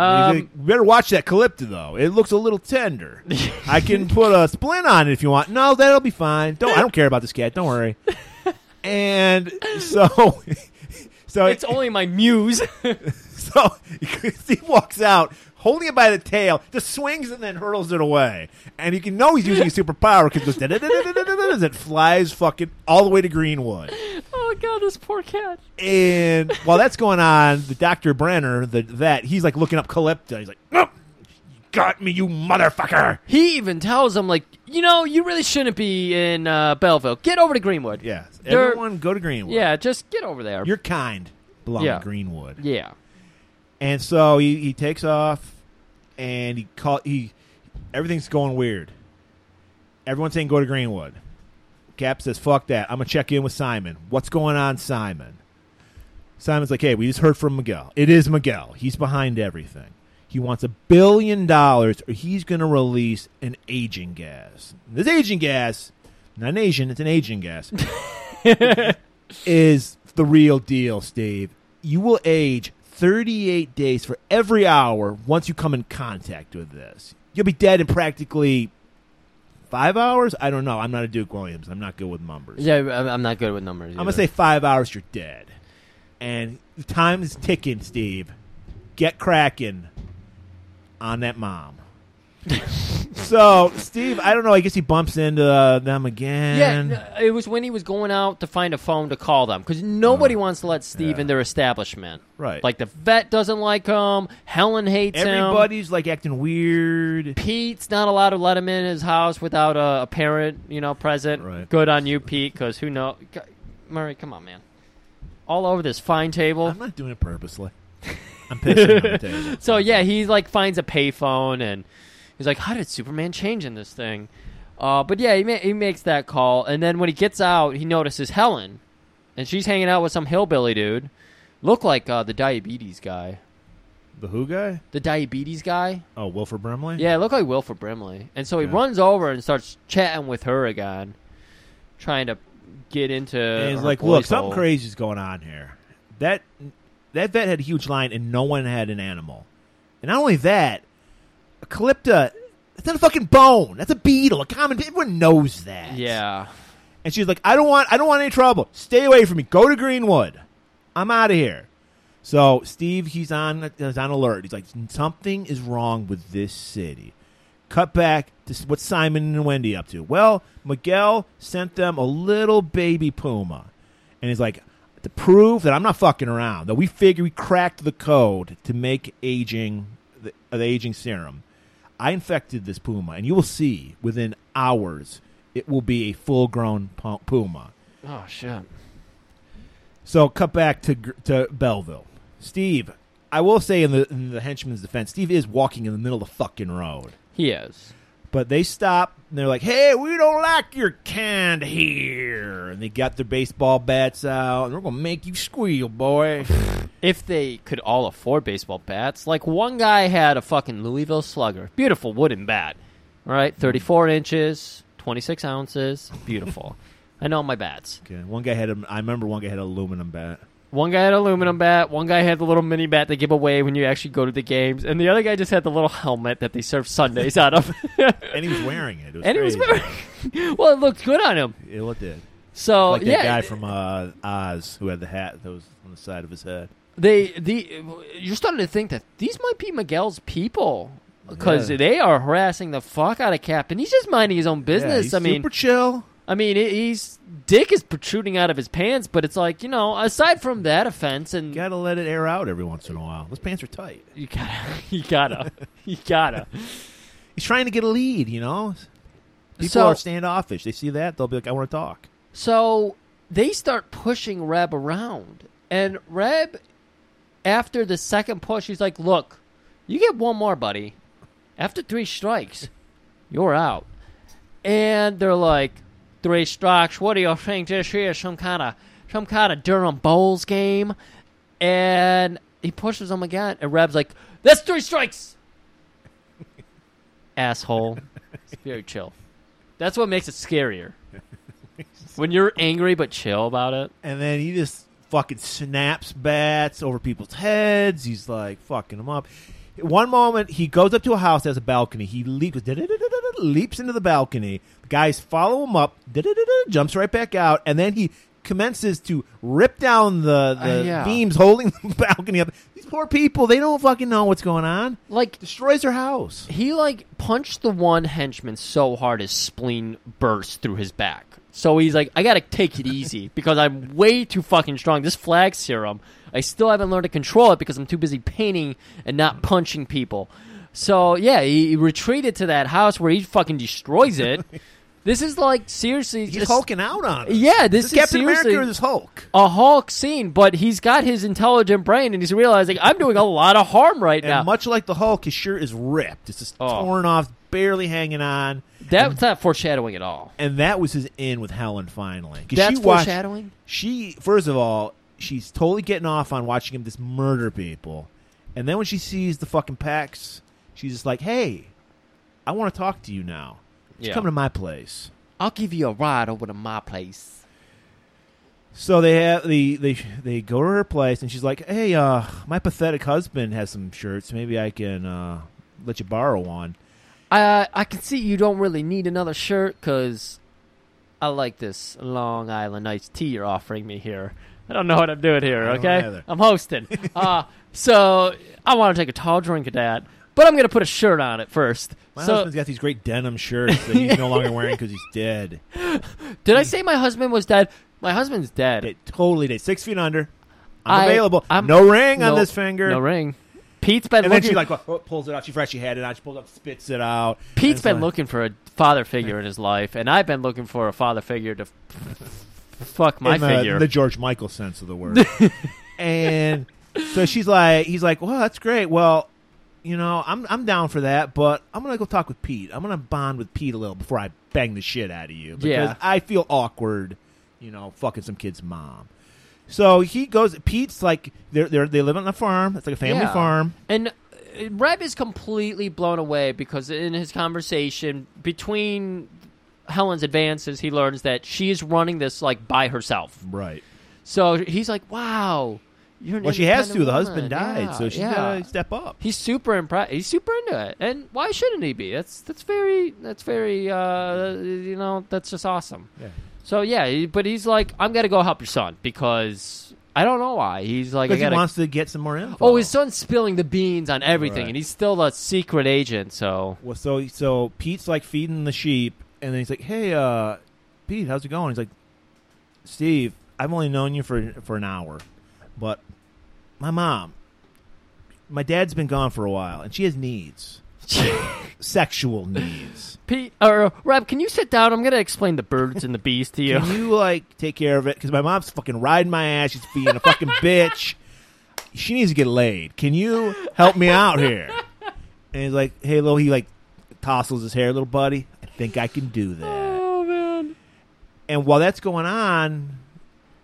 [SPEAKER 1] Um,
[SPEAKER 2] like, "You better watch that calypto though. It looks a little tender. I can put a splint on it if you want. No, that'll be fine. Don't I don't care about this cat. Don't worry. And so, so
[SPEAKER 1] it's only my muse.
[SPEAKER 2] so he walks out holding it by the tail, just swings and then hurls it away. And you can know he's using a superpower because it goes da-da-da-da-da-da-da as it flies fucking all the way to Greenwood.
[SPEAKER 1] oh god, this poor cat.
[SPEAKER 2] And while that's going on, the Dr. Brenner, the vet, he's like looking up Calypta. He's like, nope, you got me, you motherfucker.
[SPEAKER 1] He even tells him like, you know, you really shouldn't be in uh, Belleville. Get over to Greenwood.
[SPEAKER 2] Yes.
[SPEAKER 1] They're-
[SPEAKER 2] Everyone go to Greenwood.
[SPEAKER 1] yeah, just get over there.
[SPEAKER 2] You're kind. Belong
[SPEAKER 1] Yeah.
[SPEAKER 2] to Greenwood.
[SPEAKER 1] yeah,
[SPEAKER 2] And so he, he takes off and he call he everything's going weird. Everyone's saying go to Greenwood. Cap says, Fuck that. I'm gonna check in with Simon. What's going on, Simon? Simon's like, Hey, we just heard from Miguel. It is Miguel. He's behind everything. He wants a billion dollars or he's gonna release an aging gas. This aging gas, not an Asian, it's an aging gas is the real deal, Steve. You will age 38 days for every hour once you come in contact with this. You'll be dead in practically five hours? I don't know. I'm not a Duke Williams. I'm not good with numbers.
[SPEAKER 1] Yeah, I'm I'm not good with numbers.
[SPEAKER 2] I'm gonna say five hours. You're dead, and the time is ticking, Steve. Get cracking on that mom. so, Steve, I don't know. I guess he bumps into uh, them
[SPEAKER 1] Yeah,
[SPEAKER 2] again.
[SPEAKER 1] no, it was when he was going out to find a phone to call them because nobody wants to let Steve
[SPEAKER 2] Uh, yeah.
[SPEAKER 1] in their establishment.
[SPEAKER 2] Right.
[SPEAKER 1] Like the vet doesn't like him. Helen hates him.
[SPEAKER 2] Everybody's like acting weird.
[SPEAKER 1] Pete's not allowed to let him in his house without a, a parent, you know, present.
[SPEAKER 2] Right.
[SPEAKER 1] Good on you, Pete, because who know? G- Murray, come on, man. All over this fine table.
[SPEAKER 2] I'm not doing it purposely. I'm pissing on the table.
[SPEAKER 1] So yeah, he like finds a payphone and he's like, "How did Superman change in this thing?" Uh, but yeah, he ma- he makes that call, and then when he gets out, he notices Helen, and she's hanging out with some hillbilly dude, look like uh, the diabetes guy,
[SPEAKER 2] The who guy?
[SPEAKER 1] the diabetes guy.
[SPEAKER 2] Oh, Wilford Brimley.
[SPEAKER 1] Yeah, look like Wilford Brimley, and so he
[SPEAKER 2] Yeah.
[SPEAKER 1] runs over and starts chatting with her again, trying to get into.
[SPEAKER 2] And he's
[SPEAKER 1] uh, her
[SPEAKER 2] like, look,
[SPEAKER 1] boy's
[SPEAKER 2] something
[SPEAKER 1] hole."
[SPEAKER 2] crazy is going on here. That that vet had a huge line, and no one had an animal. And not only that, Calypta, that's not a fucking bone. That's a beetle. A common. Everyone knows that.
[SPEAKER 1] Yeah,
[SPEAKER 2] And she's like, I don't want, I don't want any trouble. Stay away from me. Go to Greenwood. I'm out of here. So Steve, he's on, he's on alert. He's like, something is wrong with this city. Cut back to s- what's Simon and Wendy up to. Well, Miguel sent them a little baby puma, and he's like, to prove that I'm not fucking around. That we figure we cracked the code to make aging, the, uh, the aging serum. I infected this puma, and you will see within hours it will be a full grown puma.
[SPEAKER 1] oh shit.
[SPEAKER 2] So cut back to Gr- to Belleville. Steve, I will say in the in the henchman's defense, Steve is walking in the middle of the fucking road.
[SPEAKER 1] He is.
[SPEAKER 2] But they stop and they're like, "Hey, we don't like your kind here." And they got their baseball bats out and we're gonna make you squeal, boy.
[SPEAKER 1] if they could all afford baseball bats. Like one guy had a fucking Louisville Slugger, beautiful wooden bat. All right, thirty-four inches, twenty-six ounces, beautiful. I know my bats.
[SPEAKER 2] okay, one guy had a. I remember one guy had an aluminum bat.
[SPEAKER 1] One guy had an aluminum bat. One guy had the little mini bat they give away when you actually go to the games, and the other guy just had the little helmet that they serve Sundays out of.
[SPEAKER 2] And he was wearing it. It was
[SPEAKER 1] and he was
[SPEAKER 2] crazy.
[SPEAKER 1] very well. It looked good on him.
[SPEAKER 2] It looked it.
[SPEAKER 1] So
[SPEAKER 2] Like
[SPEAKER 1] yeah,
[SPEAKER 2] that guy from uh, Oz who had the hat that was on the side of his head.
[SPEAKER 1] they the you're starting to think that these might be Miguel's people because
[SPEAKER 2] Yeah.
[SPEAKER 1] they are harassing the fuck out of Cap, and he's just minding his own business.
[SPEAKER 2] he's
[SPEAKER 1] I mean,
[SPEAKER 2] super chill.
[SPEAKER 1] I mean, he- he's dick is protruding out of his pants, but it's like you know, aside from that offense, and
[SPEAKER 2] Gotta let it air out every once in a while. Those pants are tight.
[SPEAKER 1] you gotta, you gotta, you gotta.
[SPEAKER 2] He's trying to get a lead, you know? People
[SPEAKER 1] So-
[SPEAKER 2] are standoffish. They see that, they'll be like, I want to talk.
[SPEAKER 1] So they start pushing Reb around, and Reb, after the second push, he's like, "Look, you get one more, buddy. After three strikes, you're out." And they're like, three strikes. What do you think this here is some kind of some kind of Durham Bowls game?" And he pushes him again, and Reb's like, "That's three strikes." Asshole. It's very chill. That's what makes it scarier. When you're angry but chill about it.
[SPEAKER 2] And then he just fucking snaps bats over people's heads. He's like fucking them up. One moment, he goes up to a house that has a balcony. He leaps, leaps into the balcony. The guys follow him up, jumps right back out, and then he commences to rip down the, the
[SPEAKER 1] Uh, yeah.
[SPEAKER 2] beams holding the balcony up. These poor people, they don't fucking know what's going on.
[SPEAKER 1] Like
[SPEAKER 2] Destroys their house.
[SPEAKER 1] he like punched the one henchman so hard his spleen burst through his back. So he's like, I gotta take it easy because I'm way too fucking strong. This flag serum, I still haven't learned to control it because I'm too busy painting and not punching people. So yeah, he, he retreated to that house where he fucking destroys it. this is like seriously,
[SPEAKER 2] He's
[SPEAKER 1] just
[SPEAKER 2] hulking out on it.
[SPEAKER 1] Yeah, this
[SPEAKER 2] Is
[SPEAKER 1] is
[SPEAKER 2] Captain America
[SPEAKER 1] seriously-
[SPEAKER 2] or this Hulk?
[SPEAKER 1] a Hulk scene, but he's got his intelligent brain and he's realizing I'm doing a lot of harm right
[SPEAKER 2] And
[SPEAKER 1] now.
[SPEAKER 2] much like the Hulk, his shirt is ripped. It's just
[SPEAKER 1] Oh.
[SPEAKER 2] torn off, barely hanging on.
[SPEAKER 1] That's not foreshadowing at all.
[SPEAKER 2] And that was his in with Helen finally. 'Cause
[SPEAKER 1] That's
[SPEAKER 2] she watched-
[SPEAKER 1] foreshadowing?
[SPEAKER 2] She, first of all, she's totally getting off on watching him just murder people. And then when she sees the fucking packs, she's just like, hey, I want to talk to you now. Just
[SPEAKER 1] Yeah.
[SPEAKER 2] come to my place.
[SPEAKER 1] I'll give you a ride over to my place.
[SPEAKER 2] So they have the they they go to her place and she's like, "Hey, uh, my pathetic husband has some shirts. Maybe I can uh, let you borrow one."
[SPEAKER 1] I I can see you don't really need another shirt because I like this Long Island iced tea you're offering me here. I don't know what I'm doing here.
[SPEAKER 2] don't
[SPEAKER 1] Okay,
[SPEAKER 2] either.
[SPEAKER 1] I'm hosting. uh, so I want to take a tall drink of that, but I'm gonna put a shirt on it first.
[SPEAKER 2] My
[SPEAKER 1] so
[SPEAKER 2] husband's got these great denim shirts that he's no longer wearing because he's dead.
[SPEAKER 1] did I say my husband was dead? My husband's dead.
[SPEAKER 2] They totally did. Six feet under.
[SPEAKER 1] I-
[SPEAKER 2] I'm available.
[SPEAKER 1] I'm-
[SPEAKER 2] no ring on
[SPEAKER 1] no-
[SPEAKER 2] this finger.
[SPEAKER 1] No ring. Pete's been
[SPEAKER 2] And then
[SPEAKER 1] looking.
[SPEAKER 2] she like oh, pulls it out. She forgot she had it out. She pulls it up, spits it out.
[SPEAKER 1] Pete's
[SPEAKER 2] And
[SPEAKER 1] been
[SPEAKER 2] so-
[SPEAKER 1] looking for a father figure in his life, and I've been looking for a father figure to f- f- fuck my
[SPEAKER 2] in the,
[SPEAKER 1] figure.
[SPEAKER 2] uh, the George Michael sense of the word. and so she's like, he's like, well, that's great. Well, you know, I'm I'm down for that, but I'm gonna go talk with Pete. I'm gonna bond with Pete a little before I bang the shit out of you because
[SPEAKER 1] Yeah.
[SPEAKER 2] I feel awkward, you know, fucking some kid's mom. So he goes. Pete's like, they're, they're they live on a farm. It's like a family
[SPEAKER 1] Yeah.
[SPEAKER 2] farm.
[SPEAKER 1] And uh, Reb is completely blown away because in his conversation between Helen's advances, he learns that she is running this like by herself.
[SPEAKER 2] Right.
[SPEAKER 1] So he's like, "Wow, you're an
[SPEAKER 2] Well, she has to.
[SPEAKER 1] independent
[SPEAKER 2] The husband
[SPEAKER 1] woman."
[SPEAKER 2] died,
[SPEAKER 1] Yeah,
[SPEAKER 2] so she's
[SPEAKER 1] yeah.
[SPEAKER 2] gotta step up.
[SPEAKER 1] He's super impressed. He's super into it, and why shouldn't he be? That's that's very that's very uh, you know that's just awesome.
[SPEAKER 2] Yeah.
[SPEAKER 1] So yeah, he- but he's like, I'm gonna go help your son because I don't know why. He's like, I
[SPEAKER 2] Because he
[SPEAKER 1] gotta
[SPEAKER 2] wants to get some more info.
[SPEAKER 1] Oh, his son's spilling the beans on everything,
[SPEAKER 2] Right.
[SPEAKER 1] and he's still a secret agent. So
[SPEAKER 2] Well, so so Pete's like feeding the sheep, and then he's like, "Hey, uh, Pete, how's it going?" He's like, "Steve, I've only known you for for an hour, but my mom, my dad's been gone for a while, and she has needs, sexual needs.
[SPEAKER 1] Pete or Rob, can you sit down? I'm gonna explain the birds and the bees to you.
[SPEAKER 2] Can you like take care of it? Because my mom's fucking riding my ass. She's being a fucking bitch. She needs to get laid. Can you help me out here?" And he's like, "Hey, little," he like tousles his hair, little buddy. I think I can do that.
[SPEAKER 1] oh man,
[SPEAKER 2] And while that's going on,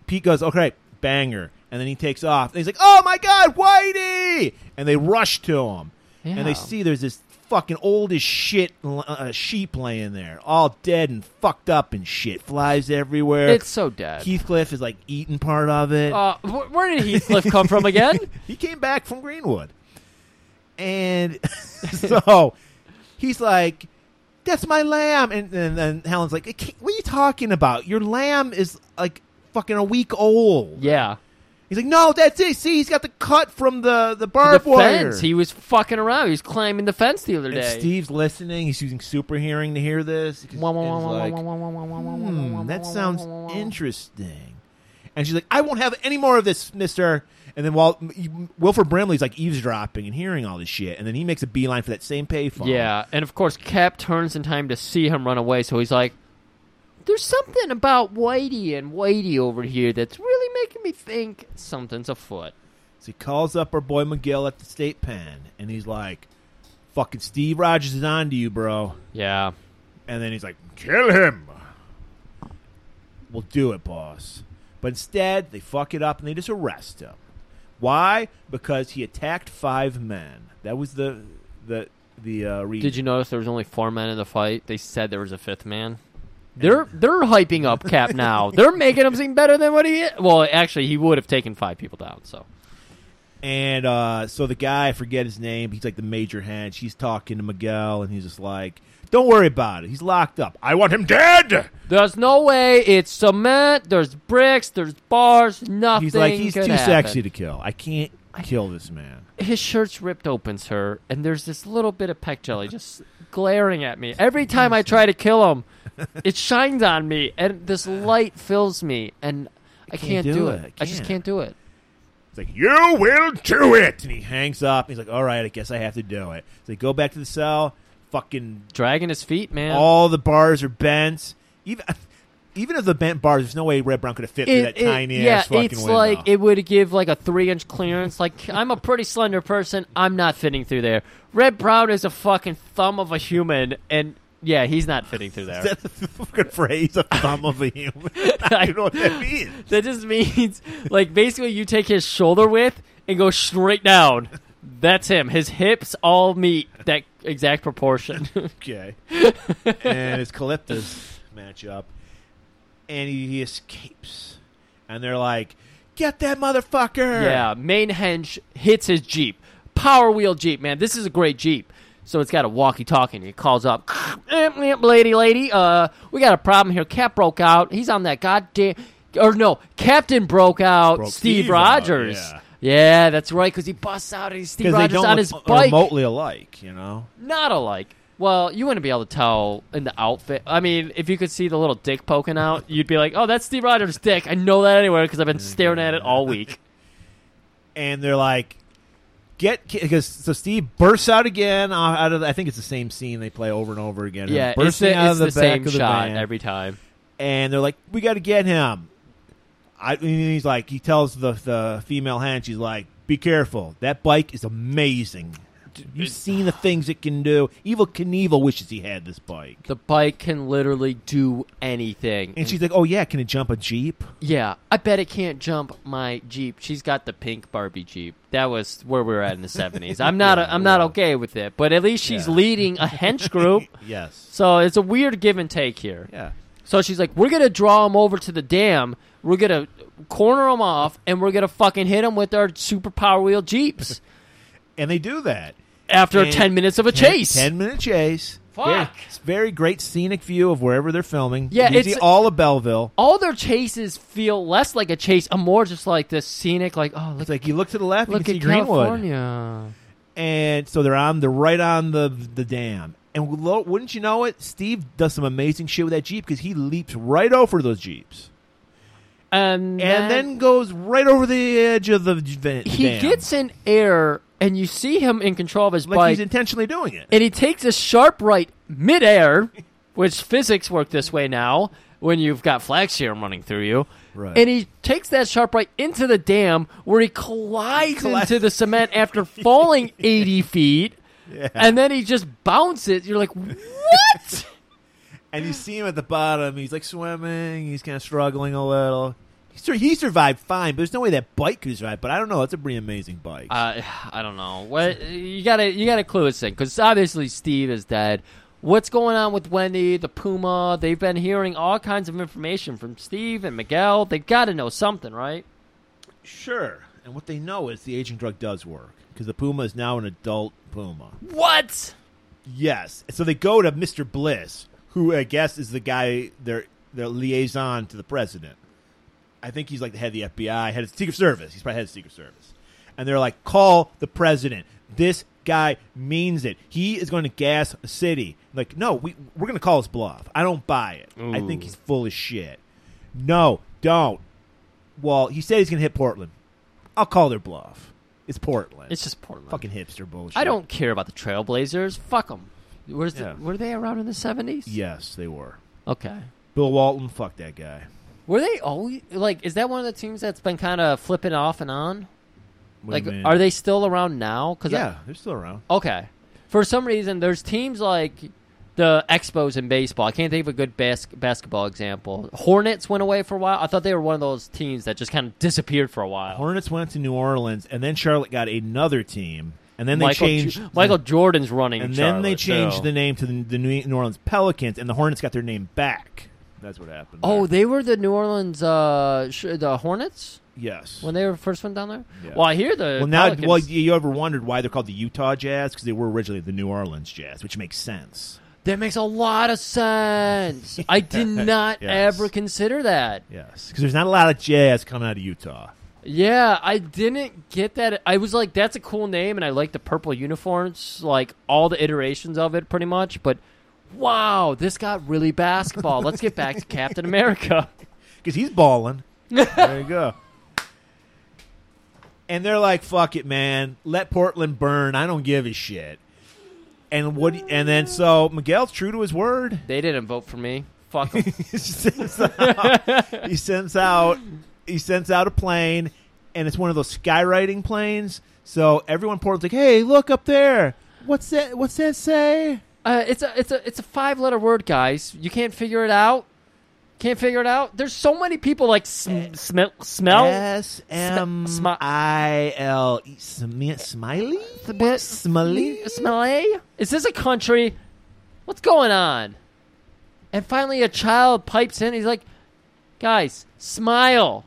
[SPEAKER 2] Pete goes, okay, banger. And then he takes off. And he's like, oh my God, Whitey! And they rush to him.
[SPEAKER 1] Yeah.
[SPEAKER 2] And they see there's this fucking old as shit uh, sheep laying there, all dead and fucked up and shit. Flies everywhere.
[SPEAKER 1] it's so dead.
[SPEAKER 2] Heathcliff is like eating part of it.
[SPEAKER 1] uh, wh- where did Heathcliff come from again?
[SPEAKER 2] he came back from Greenwood. And so he's like, that's my lamb. And then and, and Helen's like, "I can't- what are you talking about? Your lamb is like fucking a week old.
[SPEAKER 1] Yeah,
[SPEAKER 2] He's like, no, that's it. See, he's got the cut from the, the
[SPEAKER 1] the
[SPEAKER 2] barbed wire.
[SPEAKER 1] fence. He was fucking around. He was climbing the fence the other
[SPEAKER 2] and
[SPEAKER 1] day.
[SPEAKER 2] Steve's listening. He's using super hearing to hear this. He's-
[SPEAKER 1] Wah, wah,
[SPEAKER 2] and he's
[SPEAKER 1] wah, wah,
[SPEAKER 2] like,
[SPEAKER 1] wah, wah, wah, wah, wah, wah, wah, wah,
[SPEAKER 2] hmm,
[SPEAKER 1] wah,
[SPEAKER 2] that
[SPEAKER 1] wah,
[SPEAKER 2] sounds
[SPEAKER 1] wah, wah, wah.
[SPEAKER 2] interesting. And she's like, I won't have any more of this, mister. And then while Wilford Brimley's like eavesdropping and hearing all this shit, and then he makes a beeline for that same payphone.
[SPEAKER 1] Yeah, and of course Cap turns in time to see him run away, so he's like, "There's something about Whitey and Whitey over here that's really making me think something's afoot."
[SPEAKER 2] So he calls up our boy Miguel at the state pen, and he's like, fucking Steve Rogers is on to you, bro.
[SPEAKER 1] Yeah,
[SPEAKER 2] And then he's like, kill him. We'll do it, boss. But instead, they fuck it up and they just arrest him. Why? Because he attacked five men. That was the the the uh, reason.
[SPEAKER 1] did you notice there was only four men in the fight? They said there was a fifth man. They're they're hyping up Cap now. they're making him seem better than what he is. Well, actually, he would have taken five people down. So
[SPEAKER 2] And uh, so the guy, I forget his name, he's like the major hand. She's talking to Miguel, and he's just like, "Don't worry about it. He's locked up. I want him dead."
[SPEAKER 1] there's no way it's cement. There's bricks. There's bars. Nothing.
[SPEAKER 2] He's like, "He's
[SPEAKER 1] could
[SPEAKER 2] too
[SPEAKER 1] happen.
[SPEAKER 2] sexy to kill. I can't kill this man."
[SPEAKER 1] his shirt's ripped open, sir, and there's this little bit of peck jelly just glaring at me. Every time I try to kill him, it shines on me, and this light fills me, and I can't, do, it. I, just can't do it.
[SPEAKER 2] He's like, "You will do it," and he hangs up. He's like, "All right, I guess I have to do it." So they go back to the cell. Fucking
[SPEAKER 1] Dragging his feet, man.
[SPEAKER 2] all the bars are bent. Even even if the bent bars, there's no way Red Brown could have fit through that tiny
[SPEAKER 1] yeah,
[SPEAKER 2] ass fucking
[SPEAKER 1] it's
[SPEAKER 2] window.
[SPEAKER 1] like it would give like a three inch clearance. Like I'm a pretty slender person. I'm not fitting through there. Red Brown is a fucking thumb of a human, and yeah, he's not fitting through there.
[SPEAKER 2] That's a fucking phrase, a thumb of a human. I don't know what that means.
[SPEAKER 1] That just means like basically you take his shoulder width and go straight down. That's him. His hips all meet that exact proportion.
[SPEAKER 2] Okay. and it's Calypto's matchup. And he, he escapes. and they're like, "Get that motherfucker!"
[SPEAKER 1] Yeah, main hench hits his Jeep. Power wheel Jeep, man. This is a great Jeep. So it's got a walkie talkie and he calls up "Eh, eh, Lady Lady, uh, we got a problem here. Cap broke out. He's on that goddamn or no, Captain broke out
[SPEAKER 2] Broke
[SPEAKER 1] Steve,
[SPEAKER 2] Steve out,
[SPEAKER 1] Rogers.
[SPEAKER 2] yeah.
[SPEAKER 1] yeah. that's right, because he busts out and he's Steve
[SPEAKER 2] because they
[SPEAKER 1] Rogers
[SPEAKER 2] don't
[SPEAKER 1] on
[SPEAKER 2] look
[SPEAKER 1] his
[SPEAKER 2] o-
[SPEAKER 1] bike.
[SPEAKER 2] remotely alike. You know,
[SPEAKER 1] Not alike. Well, you wouldn't be able to tell in the outfit. I mean, if you could see the little dick poking out, you'd be like, "Oh, that's Steve Rogers' dick." I know that anywhere because I've been staring at it all
[SPEAKER 2] Mm-hmm.
[SPEAKER 1] week.
[SPEAKER 2] and they're like, "Get because so Steve bursts out again uh, out of the, I think it's the same scene they play over and over again.
[SPEAKER 1] Yeah, it's
[SPEAKER 2] bursting
[SPEAKER 1] the,
[SPEAKER 2] out
[SPEAKER 1] it's
[SPEAKER 2] of the,
[SPEAKER 1] the
[SPEAKER 2] back
[SPEAKER 1] same
[SPEAKER 2] of the
[SPEAKER 1] shot
[SPEAKER 2] van,
[SPEAKER 1] every time.
[SPEAKER 2] and they're like, "We got to get him." I and he's like, he tells the the female hand, she's like, "Be careful. That bike is amazing." You've seen the things it can do. Evil Knievel wishes he had this bike.
[SPEAKER 1] The bike can literally do anything.
[SPEAKER 2] And she's like, "Oh yeah, can it jump a jeep?"
[SPEAKER 1] yeah, I bet it can't jump my Jeep. She's got the pink Barbie Jeep. That was where we were at in the seventies. I'm not. I'm not okay with it. But at least she's
[SPEAKER 2] Yeah.
[SPEAKER 1] leading a hench group.
[SPEAKER 2] Yes.
[SPEAKER 1] So it's a weird give and take here.
[SPEAKER 2] Yeah.
[SPEAKER 1] So she's like, "We're gonna draw him over to the dam. We're gonna corner him off, and we're gonna fucking hit him with our super power wheel jeeps."
[SPEAKER 2] And they do that
[SPEAKER 1] After
[SPEAKER 2] And-
[SPEAKER 1] ten minutes of a
[SPEAKER 2] Ten-
[SPEAKER 1] chase,
[SPEAKER 2] Ten minute chase.
[SPEAKER 1] Fuck.
[SPEAKER 2] Very, it's very great scenic view of wherever they're filming.
[SPEAKER 1] Yeah,
[SPEAKER 2] you can
[SPEAKER 1] it's-
[SPEAKER 2] see all of Belleville.
[SPEAKER 1] all their chases feel less like a chase and more just like this scenic, like oh look,
[SPEAKER 2] It's like you look to the left,
[SPEAKER 1] look at
[SPEAKER 2] you can see Greenwood,
[SPEAKER 1] California.
[SPEAKER 2] and so they're on the right on the the dam. And lo, wouldn't you know it, Steve does some amazing shit with that jeep because he leaps right over those jeeps
[SPEAKER 1] And
[SPEAKER 2] and then goes right over the edge of the van.
[SPEAKER 1] he
[SPEAKER 2] dam.
[SPEAKER 1] gets in air, and you see him in control of his
[SPEAKER 2] like
[SPEAKER 1] bike,
[SPEAKER 2] he's intentionally doing it.
[SPEAKER 1] and he takes a sharp right midair, which physics work this way now when you've got flag serum running through you.
[SPEAKER 2] Right.
[SPEAKER 1] And he takes that sharp right into the dam where he collides
[SPEAKER 2] Colli-
[SPEAKER 1] into the cement after falling 80 feet. And then he just bounces. You're like, what?
[SPEAKER 2] And you see him at the bottom. He's like swimming. He's kind of struggling a little. He, sur- he survived fine, but there's no way that bike could survive. But I don't know. That's a pretty amazing bike.
[SPEAKER 1] Uh, I don't know. What you gotta you gotta clue us in because obviously Steve is dead. What's going on with Wendy, the Puma? They've been hearing all kinds of information from Steve and Miguel. They got to know something, right?
[SPEAKER 2] sure. And what they know is the aging drug does work because the Puma is now an adult Puma.
[SPEAKER 1] What?
[SPEAKER 2] Yes. So they go to Mr. Bliss, who I guess is the guy their their liaison to the president. I think he's like the head of the FBI, head of Secret Service. He's probably head of Secret Service. And they're like, call the president. This guy means it. He is going to gas a city. Like, no, we we're going to call his bluff. I don't buy it. I think he's full of shit. No, don't. Well, he said he's going to hit Portland. I'll call their bluff. It's Portland.
[SPEAKER 1] It's just Portland.
[SPEAKER 2] fucking hipster bullshit.
[SPEAKER 1] I don't care about the Trailblazers. Fuck them. Where's
[SPEAKER 2] Yeah.
[SPEAKER 1] the, were they around in the seventies?
[SPEAKER 2] Yes, they were.
[SPEAKER 1] Okay.
[SPEAKER 2] Bill Walton, fuck that guy.
[SPEAKER 1] Were they always like? Is that one of the teams that's been kind of flipping off and on?
[SPEAKER 2] What do
[SPEAKER 1] Like,
[SPEAKER 2] you mean?
[SPEAKER 1] are they still around now? Cause I-
[SPEAKER 2] Yeah, they're still around.
[SPEAKER 1] Okay. For some reason, there's teams like the Expos in baseball. I can't think of a good bas- basketball example. Hornets went away for a while. I thought they were one of those teams that just kind of disappeared for a while.
[SPEAKER 2] Hornets went to New Orleans, and then Charlotte got another team, and then they
[SPEAKER 1] Michael,
[SPEAKER 2] changed
[SPEAKER 1] Ju- Michael Jordan's running,
[SPEAKER 2] and then they
[SPEAKER 1] Charlotte,
[SPEAKER 2] changed
[SPEAKER 1] so-
[SPEAKER 2] the name to the, the New New Orleans Pelicans, and the Hornets got their name back. That's what happened.
[SPEAKER 1] Oh,
[SPEAKER 2] there.
[SPEAKER 1] they were the New Orleans uh, sh- the Hornets
[SPEAKER 2] yes.
[SPEAKER 1] when they were first one down there.
[SPEAKER 2] Yeah.
[SPEAKER 1] Well, I hear the
[SPEAKER 2] well, now,
[SPEAKER 1] Pelicans-
[SPEAKER 2] well, you you ever wondered why they're called the Utah Jazz? Because they were originally the New Orleans Jazz, which makes sense.
[SPEAKER 1] that makes a lot of sense. I did not
[SPEAKER 2] Yes.
[SPEAKER 1] ever consider that.
[SPEAKER 2] Yes, because there's not a lot of jazz coming out of Utah.
[SPEAKER 1] Yeah, I didn't get that. I was like, that's a cool name, and I like the purple uniforms, like all the iterations of it, pretty much. But wow, this got really basketball. Let's get back to Captain America.
[SPEAKER 2] because he's balling. there you go. And they're like, "Fuck it, man. Let Portland burn. I don't give a shit." And what? And then so Miguel's true to his word.
[SPEAKER 1] They didn't vote for me. Fuck 'em.
[SPEAKER 2] he sends out. he sends out. He sends out a plane, and it's one of those skywriting planes. So everyone in Portland's like, "Hey, look up there. What's that? What's that say?"
[SPEAKER 1] uh, it's a it's a it's a five letter word, guys. You can't figure it out. Can't figure it out. There's so many people like sm- smell smell.
[SPEAKER 2] S M I L E Smi- Smiley Smiley
[SPEAKER 1] Smiley? eh? Is this a country? What's going on? And finally, a child pipes in. He's like, "Guys, smile."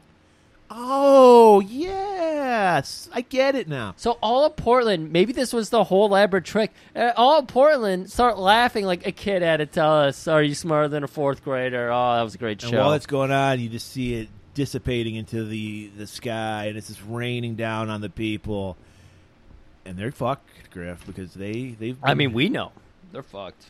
[SPEAKER 2] Oh yes, I get it now.
[SPEAKER 1] So all of Portland, maybe this was the whole elaborate trick. Uh, All of Portland start laughing like a kid had to tell us, "Are you smarter than a fourth grader?" Oh, that was a great
[SPEAKER 2] And
[SPEAKER 1] show.
[SPEAKER 2] while it's going on, you just see it dissipating into the the sky, and it's just raining down on the people. And they're fucked, Griff, because they they've.
[SPEAKER 1] I mean, we know they're fucked.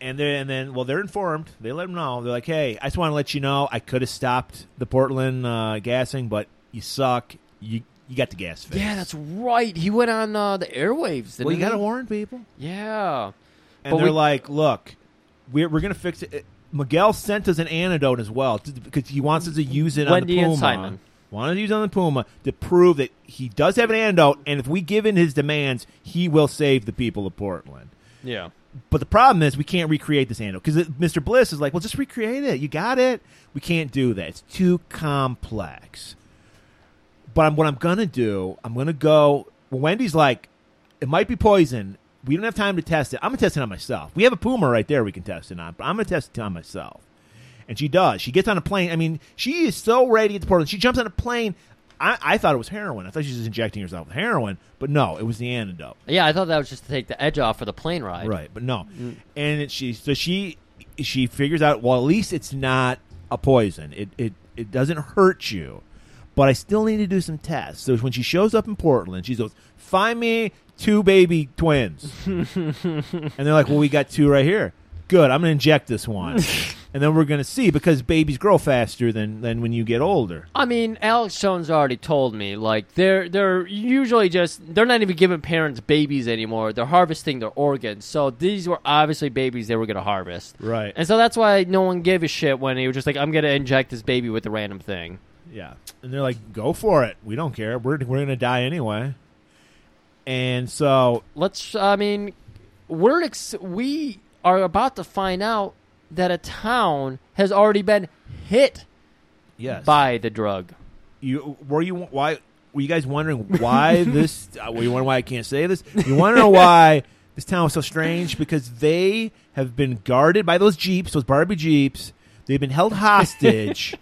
[SPEAKER 2] and then and then well, they're informed. They let them know. They're like, hey, I just want to let you know, I could have stopped the Portland uh, gassing, but you suck. You you got the gas fixed.
[SPEAKER 1] Yeah, that's right. He went on uh, the airwaves. Didn't
[SPEAKER 2] well, you
[SPEAKER 1] he?
[SPEAKER 2] got to warn people.
[SPEAKER 1] Yeah.
[SPEAKER 2] and
[SPEAKER 1] But
[SPEAKER 2] they're
[SPEAKER 1] we-
[SPEAKER 2] like, "Look, we're we're gonna fix it." Uh, Miguel sent us an antidote as well to, because he wants us to use it
[SPEAKER 1] Wendy and
[SPEAKER 2] on the Puma.
[SPEAKER 1] Simon.
[SPEAKER 2] Wanted to use it on the Puma to prove that he does have an antidote, and if we give in his demands, he will save the people of Portland.
[SPEAKER 1] Yeah.
[SPEAKER 2] But the problem is, we can't recreate this antidote because Mr. Bliss is like, "Well, just recreate it. You got it. We can't do that. It's too complex." But I'm, what I'm gonna do, I'm gonna go. Well, Wendy's like, it might be poison. We don't have time to test it. I'm gonna test it on myself. We have a puma right there. We can test it on, but I'm gonna test it on myself. And she does. She gets on a plane. I mean, she is so ready to get to Portland. She jumps on a plane. I, I thought it was heroin. I thought she was injecting herself with heroin, but no, it was the antidote.
[SPEAKER 1] Yeah, I thought that was just to take the edge off for the plane ride.
[SPEAKER 2] Right, but no. And it, she so she she figures out well at least it's not a poison. It it it doesn't hurt you. But I still need to do some tests. So when she shows up in Portland, she goes, "Find me two baby twins." and they're like, "Well, we got two right here. Good. I'm going to inject this one." and then we're going to see because babies grow faster than than when you get older.
[SPEAKER 1] I mean, Alex Jones already told me like they're they're usually just they're not even giving parents babies anymore. They're harvesting their organs. So these were obviously babies they were going to harvest.
[SPEAKER 2] Right.
[SPEAKER 1] And so that's why no one gave a shit when he was just like I'm going to inject this baby with a random thing.
[SPEAKER 2] Yeah. And they're like, go for it. We don't care. We're, we're going to die anyway. And so
[SPEAKER 1] Let's I mean, we're ex- we are about to find out that a town has already been hit
[SPEAKER 2] Yes.
[SPEAKER 1] by the drug.
[SPEAKER 2] you were you why were you guys wondering why this? Uh, were you wondering why I can't say this? You want to know why this town was so strange? Because they have been guarded by those jeeps, those Barbie jeeps. They've been held hostage,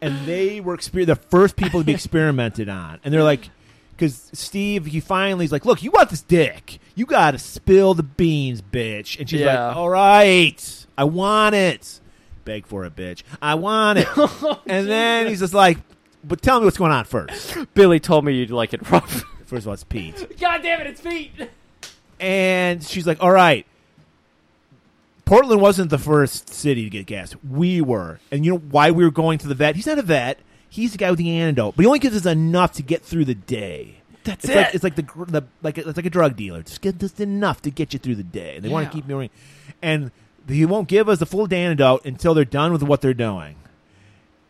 [SPEAKER 2] and they were exper- the first people to be experimented on. And they're like, because Steve, he finally is like, "Look, you want this dick? You got to spill the beans, bitch." And she's
[SPEAKER 1] Yeah.
[SPEAKER 2] like, "All right, I want it." Beg for it, bitch. I want it. and then he's just like, but tell me what's going on first.
[SPEAKER 1] Billy told me you'd like it rough.
[SPEAKER 2] First of all, it's Pete.
[SPEAKER 1] God damn it, it's feet.
[SPEAKER 2] And she's like, all right. Portland wasn't the first city to get gassed. We were. And you know why we were going to the vet? He's not a vet. He's the guy with the antidote. But he only gives us enough to get through the day. That's it's Like,
[SPEAKER 1] it.
[SPEAKER 2] it's like the, gr- the like it's like a drug dealer. Just get just enough to get you through the day. They want
[SPEAKER 1] Yeah.
[SPEAKER 2] to keep doing, and he won't give us the full antidote until they're done with what they're doing.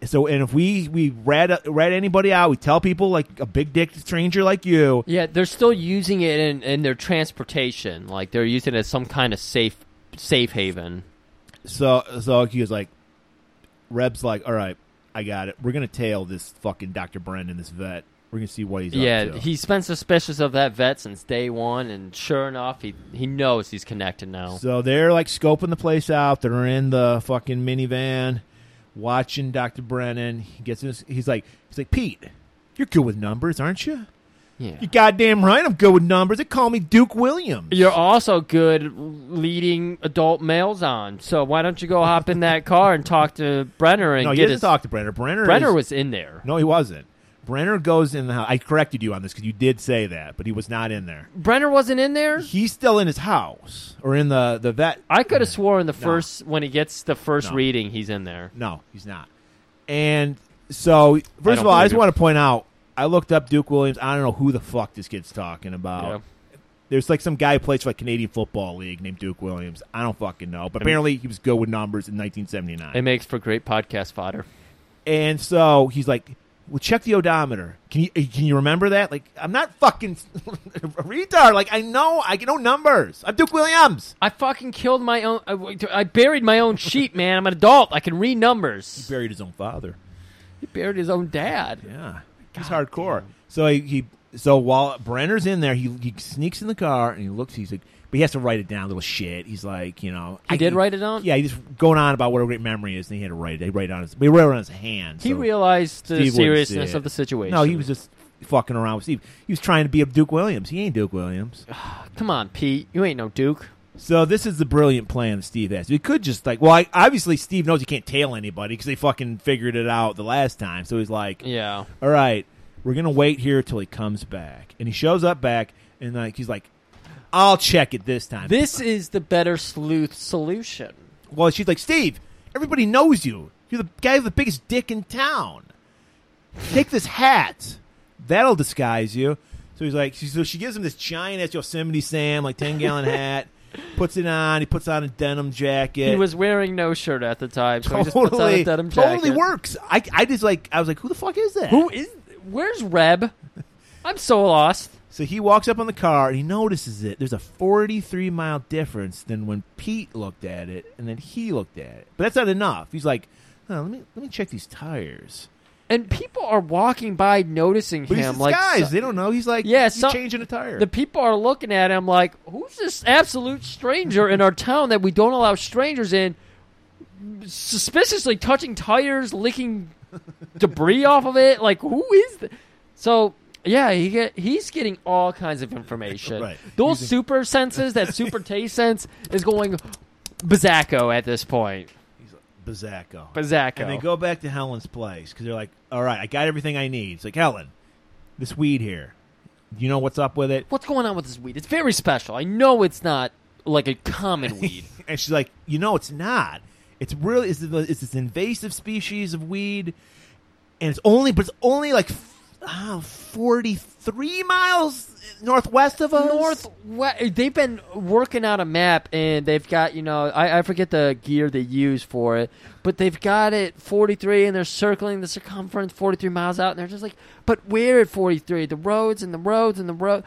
[SPEAKER 2] So, and if we we rat rat anybody out, we tell people like a big dick stranger like you,
[SPEAKER 1] Yeah, they're still using it in, in their transportation. Like they're using it as some kind of safe safe haven.
[SPEAKER 2] So so he was like, Reb's like, all right, I got it. We're gonna tail this fucking Doctor Brendan, this vet. We're gonna see what he's
[SPEAKER 1] yeah,
[SPEAKER 2] up to.
[SPEAKER 1] he's been suspicious of that vet since day one, and sure enough, he he knows he's connected now.
[SPEAKER 2] so they're like scoping the place out. They're in the fucking minivan, watching Doctor Brennan. He gets this. He's like, he's like, Pete, you're good with numbers, aren't you?
[SPEAKER 1] yeah.
[SPEAKER 2] You goddamn right, I'm good with numbers. They call me Duke Williams.
[SPEAKER 1] You're also good leading adult males on, so why don't you go hop in that car and talk to Brenner and
[SPEAKER 2] no, you
[SPEAKER 1] get
[SPEAKER 2] didn't
[SPEAKER 1] his
[SPEAKER 2] talk to Brenner. Brenner,
[SPEAKER 1] Brenner
[SPEAKER 2] is-
[SPEAKER 1] was in there.
[SPEAKER 2] no, he wasn't. Brenner goes in the house. I corrected you on this because you did say that, but he was not in there.
[SPEAKER 1] Brenner wasn't in there.
[SPEAKER 2] he's still in his house or in the the vet.
[SPEAKER 1] I could have sworn the first when he gets the first
[SPEAKER 2] No.
[SPEAKER 1] reading, he's in there.
[SPEAKER 2] No, he's not. And so,
[SPEAKER 1] don't
[SPEAKER 2] first of all, I
[SPEAKER 1] believe
[SPEAKER 2] just
[SPEAKER 1] you.
[SPEAKER 2] want to point out. I looked up Duke Williams. I don't know who the fuck this kid's talking about.
[SPEAKER 1] Yeah.
[SPEAKER 2] There's like some guy who plays for like Canadian Football League named Duke Williams. I don't fucking know, but apparently he was good with numbers in 1979.
[SPEAKER 1] It makes for great podcast fodder.
[SPEAKER 2] And so he's like, "Well, check the odometer. Can you eh, can you remember that? Like, I'm not fucking a retard. Like, I know I know numbers. I'm Duke Williams.
[SPEAKER 1] I fucking killed my own. I, I buried my own sheep, man. I'm an adult. I can read numbers.
[SPEAKER 2] Buried his own father.
[SPEAKER 1] He buried his own dad.
[SPEAKER 2] Yeah, he's hardcore. So he, he so while Brenner's in there, he he sneaks in the car and he looks. He's like, but he has to write it down. Little shit. He's like, you know,
[SPEAKER 1] He did write it down?
[SPEAKER 2] Yeah, he's going on about what a great memory is, and he had to write it. He wrote it on his, he wrote it on his hand.
[SPEAKER 1] He
[SPEAKER 2] so
[SPEAKER 1] realized the
[SPEAKER 2] Steve wouldn't see
[SPEAKER 1] seriousness
[SPEAKER 2] it.
[SPEAKER 1] of the situation.
[SPEAKER 2] No, he was just fucking around with Steve. He was trying to be a Duke Williams. He ain't Duke Williams.
[SPEAKER 1] Come on, Pete. You ain't no Duke.
[SPEAKER 2] So this is the brilliant plan that Steve has. We could just like, well, I, obviously Steve knows he can't tail anybody because they fucking figured it out the last time. So he's like,
[SPEAKER 1] Yeah.
[SPEAKER 2] all right, we're gonna wait here till he comes back, and he shows up back, and like he's like, I'll check it this time.
[SPEAKER 1] This is the better sleuth solution.
[SPEAKER 2] well, she's like, Steve, everybody knows you. You're the guy with the biggest dick in town. Take this hat. That'll disguise you. So he's like, she, so she gives him this giant ass Yosemite Sam, like 10 gallon hat, puts it on. He puts on a denim jacket.
[SPEAKER 1] He was wearing no shirt at the time, so he just puts on
[SPEAKER 2] totally,
[SPEAKER 1] a denim jacket.
[SPEAKER 2] totally works. I, I just like, I was like, who the fuck is that?
[SPEAKER 1] Who is? Where's Reb? I'm so lost.
[SPEAKER 2] So he walks up on the car and he notices it. There's a 43 mile difference than when Pete looked at it and then he looked at it. But that's not enough. He's like, huh, let me let me check these tires.
[SPEAKER 1] And people are walking by noticing
[SPEAKER 2] But
[SPEAKER 1] him.
[SPEAKER 2] he's
[SPEAKER 1] like
[SPEAKER 2] guys,
[SPEAKER 1] so-
[SPEAKER 2] they don't know. He's like,
[SPEAKER 1] Yeah,
[SPEAKER 2] he's
[SPEAKER 1] some-
[SPEAKER 2] changing a tire.
[SPEAKER 1] the people are looking at him like, "Who's this absolute stranger in our town that we don't allow strangers in?" Suspiciously touching tires, licking debris off of it. Like, who is? Th-? So yeah, he get, he's getting all kinds of information.
[SPEAKER 2] Right.
[SPEAKER 1] Those super senses, that super taste sense, is going bazzacco at this point.
[SPEAKER 2] Bazzacco.
[SPEAKER 1] Bazzacco.
[SPEAKER 2] And they go back to Helen's place because they're like, all right, I got everything I need. It's like, Helen, this weed here, you know what's up with it?
[SPEAKER 1] what's going on with this weed? It's very special. I know it's not like a common weed.
[SPEAKER 2] And she's like, you know, it's not. It's really it's, the- it's this invasive species of weed, and it's only but it's only like uh, forty three miles northwest of us.
[SPEAKER 1] Northwest. They've been working out a map, and they've got you know I, I forget the gear they use for it, but they've got it 43, and they're circling the circumference 43 miles out, and they're just like, but where at 43? The roads and the roads and the road,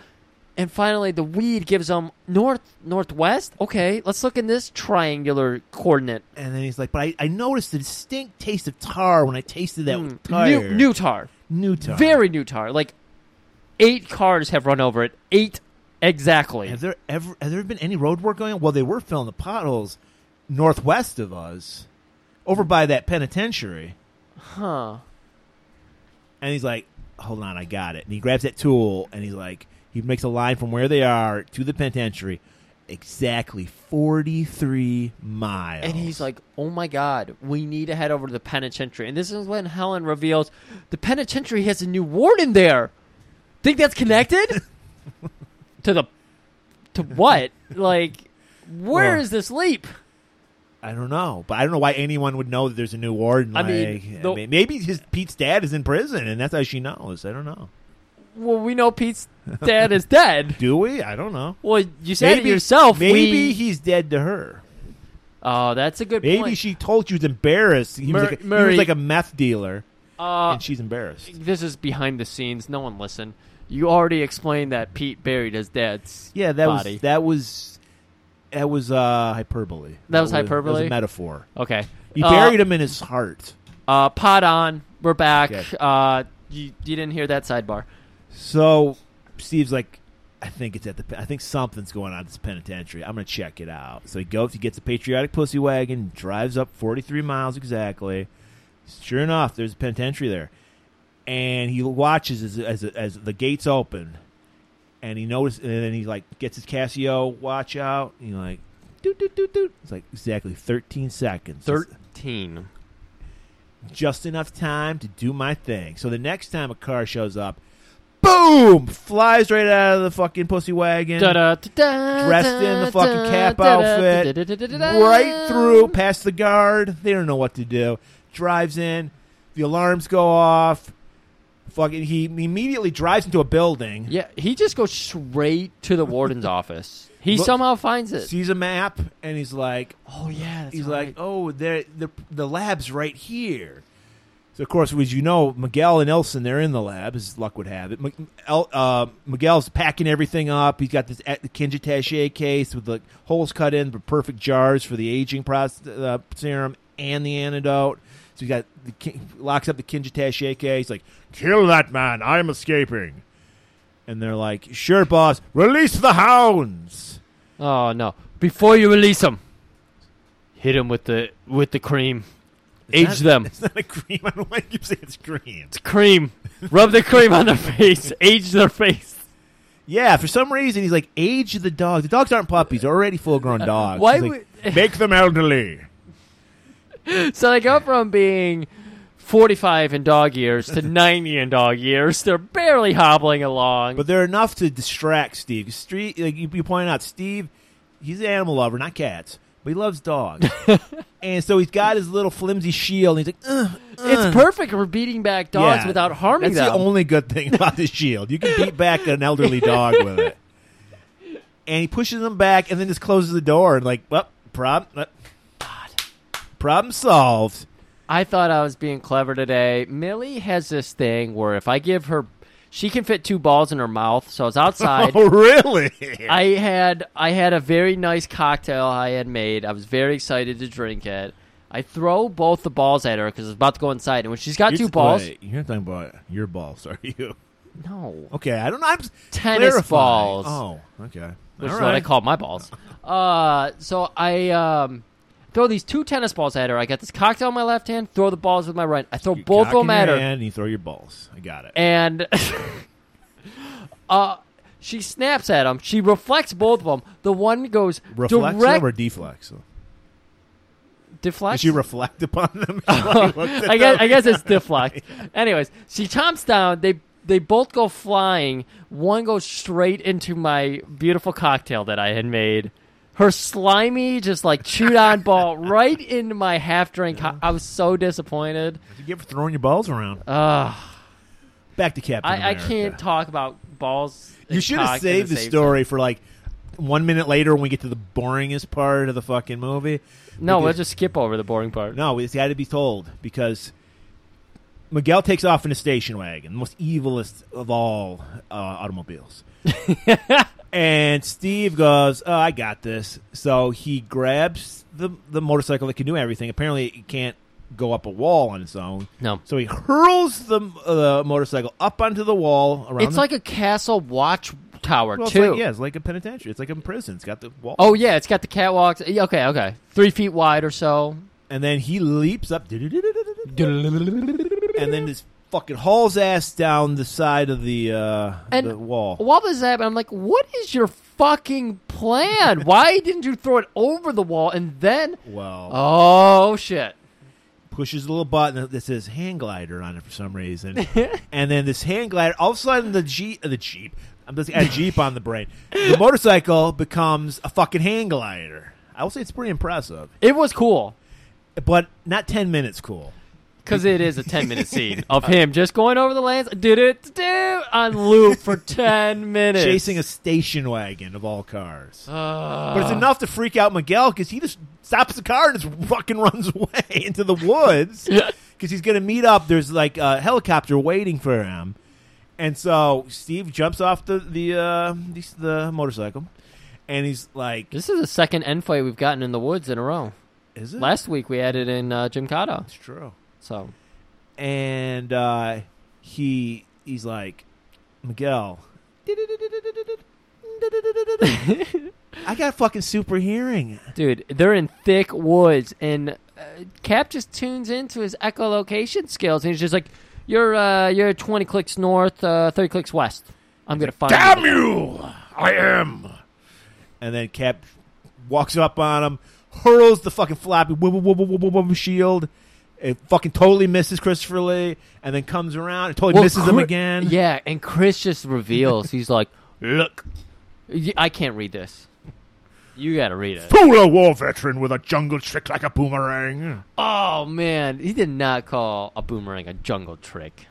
[SPEAKER 1] and finally the weed gives them north northwest. Okay, let's look in this triangular coordinate.
[SPEAKER 2] And then he's like, but I, I noticed the distinct taste of tar when I tasted that tire.
[SPEAKER 1] Hmm. Mm, New, new tar.
[SPEAKER 2] new tar.
[SPEAKER 1] very new tar. Like eight cars have run over it. Eight exactly.
[SPEAKER 2] Have there ever has there been any road work going on? Well, they were filling the potholes northwest of us, over by that penitentiary.
[SPEAKER 1] huh.
[SPEAKER 2] And he's like, "Hold on, I got it." And he grabs that tool and he's like, he makes a line from where they are to the penitentiary, exactly forty-three miles.
[SPEAKER 1] And he's like, "Oh my God, we need to head over to the penitentiary." And this is when Helen reveals the penitentiary has a new warden there. Think that's connected to the to what? Like, where is
[SPEAKER 2] Well,
[SPEAKER 1] this leap?
[SPEAKER 2] "I don't know, but I don't know why anyone would know that there's a new warden."
[SPEAKER 1] I
[SPEAKER 2] like,
[SPEAKER 1] mean, the-
[SPEAKER 2] may- maybe his Pete's dad is in prison, and that's how she knows. I don't know.
[SPEAKER 1] Well, we know Pete's dad is dead.
[SPEAKER 2] Do we? I don't know.
[SPEAKER 1] Well, you said
[SPEAKER 2] maybe
[SPEAKER 1] it yourself.
[SPEAKER 2] Maybe
[SPEAKER 1] we-
[SPEAKER 2] he's dead to her.
[SPEAKER 1] Oh, that's a good
[SPEAKER 2] Maybe
[SPEAKER 1] point.
[SPEAKER 2] she told you was embarrassed. He,
[SPEAKER 1] Mur-
[SPEAKER 2] was, like a, he
[SPEAKER 1] Murray-
[SPEAKER 2] was like a meth dealer,
[SPEAKER 1] Uh,
[SPEAKER 2] and she's embarrassed.
[SPEAKER 1] this is behind the scenes. No one listened. You already explained that Pete buried his dad's
[SPEAKER 2] Yeah, that
[SPEAKER 1] body.
[SPEAKER 2] was that was that was uh, hyperbole.
[SPEAKER 1] was
[SPEAKER 2] That was
[SPEAKER 1] hyperbole?
[SPEAKER 2] a metaphor.
[SPEAKER 1] okay.
[SPEAKER 2] He
[SPEAKER 1] Uh,
[SPEAKER 2] buried him in his heart.
[SPEAKER 1] Uh, pot on. We're back.
[SPEAKER 2] Okay.
[SPEAKER 1] Uh, you, you didn't hear that sidebar.
[SPEAKER 2] So Steve's like, I think it's at the. I think something's going on at this penitentiary. I'm gonna check it out. So he goes. He gets a patriotic pussy wagon. Drives up 43 miles exactly. Sure enough, there's a penitentiary there, and he watches as as, as the gates open, and he notices. And then he like gets his Casio watch out. And he like, doot doot doot doot. It's like exactly 13 seconds.
[SPEAKER 1] Thirteen.
[SPEAKER 2] just enough time to do my thing. So the next time a car shows up, boom, flies right out of the fucking pussy wagon, dressed in the fucking cap outfit, right through past the guard. They don't know what to do. Drives in, the alarms go off. Fucking, he immediately drives into a building,
[SPEAKER 1] Yeah, he just goes straight to the warden's office. He
[SPEAKER 2] Look-
[SPEAKER 1] somehow finds it.
[SPEAKER 2] sees a map, and he's like,
[SPEAKER 1] oh yeah, that's
[SPEAKER 2] He's
[SPEAKER 1] right.
[SPEAKER 2] like, "Oh, they're- the the lab's right here." So of course, as you know, Miguel and Elson they're in the lab, as luck would have it. M- El- uh, Miguel's packing everything up. He's got this a- Kinjitache case with the holes cut in, but perfect jars for the aging prost- uh, serum and the antidote. So he got the kin- locks up the Kinjitache case. Like, kill that man! I'm escaping. And they're like, "Sure, boss. Release the hounds."
[SPEAKER 1] Oh no! Before you release them, hit them with the with the cream. Age
[SPEAKER 2] That-
[SPEAKER 1] them.
[SPEAKER 2] It's not a cream. I don't like you saying it's cream.
[SPEAKER 1] Cream. Rub the cream on their face. Age their face.
[SPEAKER 2] Yeah, for some reason he's like age the dog. The dogs aren't puppies; they're already full-grown dogs.
[SPEAKER 1] Uh, why
[SPEAKER 2] He's like, make them elderly?
[SPEAKER 1] So they go from being 45 in dog years to 90 in dog years. They're barely hobbling along.
[SPEAKER 2] But they're enough to distract Steve. Steve like you, you point out, Steve, he's an animal lover, not cats, but he loves dogs. and so he's got his little flimsy shield. And he's like, Ugh,
[SPEAKER 1] it's perfect for beating back dogs
[SPEAKER 2] yeah.
[SPEAKER 1] without harming
[SPEAKER 2] That's
[SPEAKER 1] them.
[SPEAKER 2] the only good thing about this shield. You can beat back an elderly dog with it. And he pushes them back, and then just closes the door and like, well, problem, uh, problem solved.
[SPEAKER 1] I thought I was being clever today. Millie has this thing where if I give her, she can fit two balls in her mouth. So I was outside.
[SPEAKER 2] Oh, really?
[SPEAKER 1] I had I had a very nice cocktail I had made. I was very excited to drink it. I throw both the balls at her because I was about to go inside, and when she's got two balls,
[SPEAKER 2] Wait, you're not talking about your balls, are you?
[SPEAKER 1] no,
[SPEAKER 2] Okay, I don't know. I'm s-
[SPEAKER 1] Tennis
[SPEAKER 2] clarifying.
[SPEAKER 1] balls.
[SPEAKER 2] Oh, okay.
[SPEAKER 1] which
[SPEAKER 2] All
[SPEAKER 1] is what I
[SPEAKER 2] right.
[SPEAKER 1] call my balls. Uh, so I um, throw these two tennis balls at her. I got this cocktail in my left hand. Throw the balls with my right. I throw
[SPEAKER 2] You
[SPEAKER 1] both
[SPEAKER 2] cock
[SPEAKER 1] of them
[SPEAKER 2] in
[SPEAKER 1] at
[SPEAKER 2] your
[SPEAKER 1] her.
[SPEAKER 2] hand and you throw your balls. I got it.
[SPEAKER 1] and uh, she snaps at him. She reflects both of them. The one goes
[SPEAKER 2] reflex
[SPEAKER 1] direct
[SPEAKER 2] them or deflex them?
[SPEAKER 1] deflect.
[SPEAKER 2] Did she reflect upon them? I
[SPEAKER 1] I guess I guess it's deflect. Anyways, she chomps down. They they both go flying. One goes straight into my beautiful cocktail that I had made. Her slimy, just like chewed on ball right into my half drink. Co- I was so disappointed.
[SPEAKER 2] You get for throwing your balls around.
[SPEAKER 1] Ugh.
[SPEAKER 2] Back to Captain
[SPEAKER 1] I, I
[SPEAKER 2] America.
[SPEAKER 1] can't talk about balls.
[SPEAKER 2] You
[SPEAKER 1] and
[SPEAKER 2] should
[SPEAKER 1] cock
[SPEAKER 2] have
[SPEAKER 1] at
[SPEAKER 2] saved the
[SPEAKER 1] same
[SPEAKER 2] story for like one minute later when we get to the boringest part of the fucking movie.
[SPEAKER 1] time. No,
[SPEAKER 2] Because-
[SPEAKER 1] we'll just skip over the boring part.
[SPEAKER 2] No, it's got to be told because Miguel takes off in a station wagon, the most evilest of all uh, automobiles. and Steve goes, oh, "I got this." So he grabs the the motorcycle that can do everything. Apparently, it can't go up a wall on its own.
[SPEAKER 1] No.
[SPEAKER 2] So he hurls the uh, motorcycle up onto the wall around.
[SPEAKER 1] It's
[SPEAKER 2] the-
[SPEAKER 1] like a castle watch tower
[SPEAKER 2] Well, it's
[SPEAKER 1] too.
[SPEAKER 2] like- yeah, it's like a penitentiary. It's like a prison. It's got the wall.
[SPEAKER 1] Oh yeah, it's got the catwalks. Yeah, Okay, okay, three feet wide or so.
[SPEAKER 2] and then he leaps up, and then just fucking hauls ass down the side of the uh,
[SPEAKER 1] And
[SPEAKER 2] the wall.
[SPEAKER 1] While this is happening, I'm like, what is your fucking plan? Why didn't you throw it over the wall and then?
[SPEAKER 2] Well,
[SPEAKER 1] Oh shit!
[SPEAKER 2] pushes a little button that says hand glider on it for some reason, and then this hand glider. All of a sudden, the jeep, uh, the jeep. I'm just got jeep on the brain. The motorcycle becomes a fucking hand glider. I will say it's pretty impressive,
[SPEAKER 1] It was cool
[SPEAKER 2] but not ten minutes cool.
[SPEAKER 1] because it is a ten minute scene of him just going over the lands, did it do on loop for ten minutes,
[SPEAKER 2] Chasing a station wagon of all cars.
[SPEAKER 1] Uh,
[SPEAKER 2] But it's enough to freak out Miguel because he just stops the car and just fucking runs away into the woods because he's going to meet up. There's like a helicopter waiting for him, and so Steve jumps off the the uh, the, the motorcycle, and he's like,
[SPEAKER 1] this is the second end fight we've gotten in the woods in a row.
[SPEAKER 2] "Is it?
[SPEAKER 1] Last week we added in uh, Jim Cotto,
[SPEAKER 2] It's true."
[SPEAKER 1] so
[SPEAKER 2] And uh, he he's like, Miguel. I got fucking super hearing.
[SPEAKER 1] Dude, they're in thick woods, and uh, Cap just tunes into his echolocation skills, and he's just like, "You're uh, you're twenty clicks north, uh, thirty clicks west. I'm gonna find you."
[SPEAKER 2] you! I am. And then Cap walks up on him, hurls the fucking floppy whoop, whoop, whoop, whoop, whoop, whoop, shield. It fucking totally misses Christopher Lee, and then comes around and totally
[SPEAKER 1] Well,
[SPEAKER 2] misses him
[SPEAKER 1] Chri-
[SPEAKER 2] again.
[SPEAKER 1] Yeah, and Chris just reveals he's like, "Look, y- I can't read this. You gotta read it."
[SPEAKER 2] Polar war veteran with a jungle trick like a boomerang.
[SPEAKER 1] Oh man, he did not call a boomerang a jungle trick.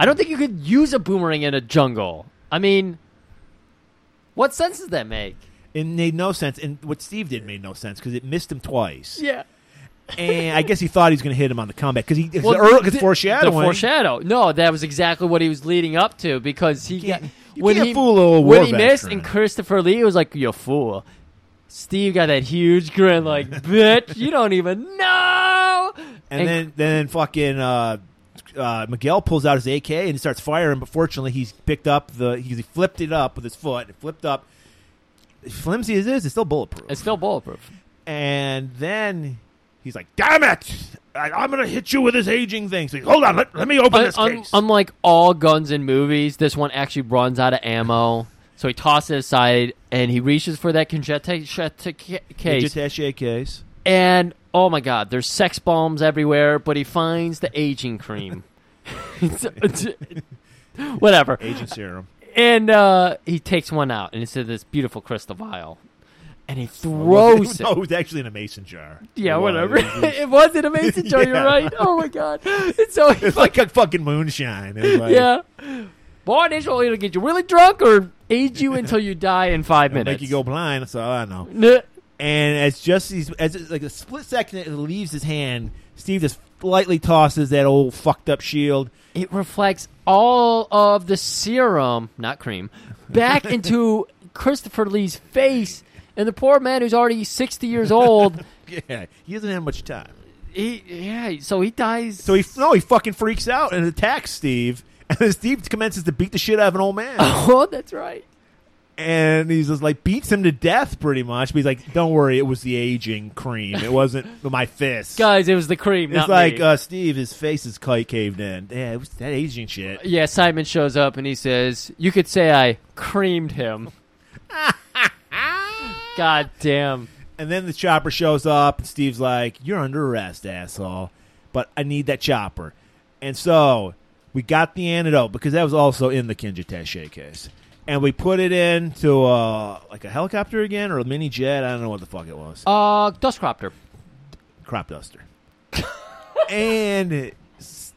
[SPEAKER 1] I don't think you could use a boomerang in a jungle. I mean, what sense does that make?
[SPEAKER 2] It made no sense, and what Steve did made no sense because it missed him twice.
[SPEAKER 1] Yeah.
[SPEAKER 2] And I guess he thought he was going to hit him on the comeback because he it's
[SPEAKER 1] Well,
[SPEAKER 2] early- it's
[SPEAKER 1] the-
[SPEAKER 2] foreshadowing.
[SPEAKER 1] The foreshadow. No, that was exactly what he was leading up to because he
[SPEAKER 2] can't- you
[SPEAKER 1] when
[SPEAKER 2] can't
[SPEAKER 1] he
[SPEAKER 2] fool a little
[SPEAKER 1] when
[SPEAKER 2] war
[SPEAKER 1] he missed
[SPEAKER 2] veteran.
[SPEAKER 1] and Christopher Lee was like, "You fool." Steve got that huge grin, like, "Bitch, you don't even know."
[SPEAKER 2] and then then fucking uh, uh, Miguel pulls out his AK and he starts firing. But fortunately, he's picked up the he's he flipped it up with his foot. It flipped up. flimsy as it is, it's still bulletproof.
[SPEAKER 1] It's still bulletproof.
[SPEAKER 2] and then he's like, "Damn it! I, I'm gonna hit you with this aging thing." So he's, hold on, let, let me open
[SPEAKER 1] Un-
[SPEAKER 2] this
[SPEAKER 1] un-
[SPEAKER 2] case.
[SPEAKER 1] unlike all guns in movies, this one actually runs out of ammo. So he tosses it aside and he reaches for that conjecta ca-
[SPEAKER 2] Agent
[SPEAKER 1] case.
[SPEAKER 2] Attaché case.
[SPEAKER 1] And oh my god, there's sex bombs everywhere, but he finds the aging cream. It's- it's- Whatever.
[SPEAKER 2] Agent serum.
[SPEAKER 1] And uh, he takes one out and it's in this beautiful crystal vial. And he throws
[SPEAKER 2] Oh, No,
[SPEAKER 1] it.
[SPEAKER 2] it was actually in a mason jar.
[SPEAKER 1] Yeah,
[SPEAKER 2] It was.
[SPEAKER 1] whatever. it was an amazing Joe,
[SPEAKER 2] Yeah.
[SPEAKER 1] you're right. Oh my god. And so he
[SPEAKER 2] It's like a fucking moonshine. It was like,
[SPEAKER 1] yeah. Boy, this will either get you really drunk or age you until you die in five
[SPEAKER 2] it'll
[SPEAKER 1] minutes.
[SPEAKER 2] make you go blind. That's all I know.
[SPEAKER 1] Nuh.
[SPEAKER 2] And as just he's, as it's like a split second, it leaves his hand. Steve just lightly tosses that old fucked up shield.
[SPEAKER 1] It reflects all of the serum, not cream, back into Christopher Lee's face. And the poor man who's already 60 years old,
[SPEAKER 2] Yeah, he doesn't have much time.
[SPEAKER 1] he, yeah, so he dies.
[SPEAKER 2] So he no, he fucking freaks out and attacks Steve. And then Steve commences to beat the shit out of an old man.
[SPEAKER 1] oh, that's right.
[SPEAKER 2] and he's just like beats him to death pretty much. But he's like, "Don't worry, it was the aging cream. It wasn't my fist."
[SPEAKER 1] Guys, it was the cream,
[SPEAKER 2] it's
[SPEAKER 1] not
[SPEAKER 2] like
[SPEAKER 1] me.
[SPEAKER 2] uh, Steve, his face is quite caved in. Yeah, it was that aging shit.
[SPEAKER 1] yeah, Simon shows up and he says, You could say I creamed him. God damn.
[SPEAKER 2] And then the chopper shows up, and Steve's like, "You're under arrest, asshole." But I need that chopper, and so we got the antidote because that was also in the Kinjitesh case. And we put it into uh, like a helicopter again or a mini jet. I don't know what the fuck it was.
[SPEAKER 1] Uh, Dustcropter.
[SPEAKER 2] crop duster. and,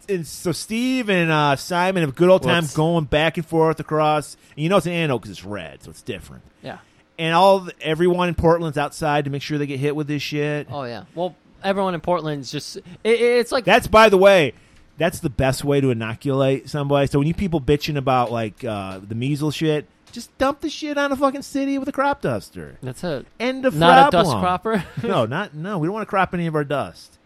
[SPEAKER 2] and so Steve and uh, Simon have a good old time
[SPEAKER 1] Whoops.
[SPEAKER 2] going back and forth across. And you know it's an anode because it's red, so it's different.
[SPEAKER 1] Yeah.
[SPEAKER 2] And all the- everyone in Portland's outside to make sure they get hit with this shit.
[SPEAKER 1] Oh yeah. Well, everyone in Portland's just it, it's like
[SPEAKER 2] That's by the way. That's the best way to inoculate somebody. So when you people bitching about like uh, the measles shit, just dump the shit on a fucking city with a crop duster.
[SPEAKER 1] that's it.
[SPEAKER 2] End of
[SPEAKER 1] Not
[SPEAKER 2] problem.
[SPEAKER 1] a dust cropper.
[SPEAKER 2] no, not no. We don't want to crop any of our dust.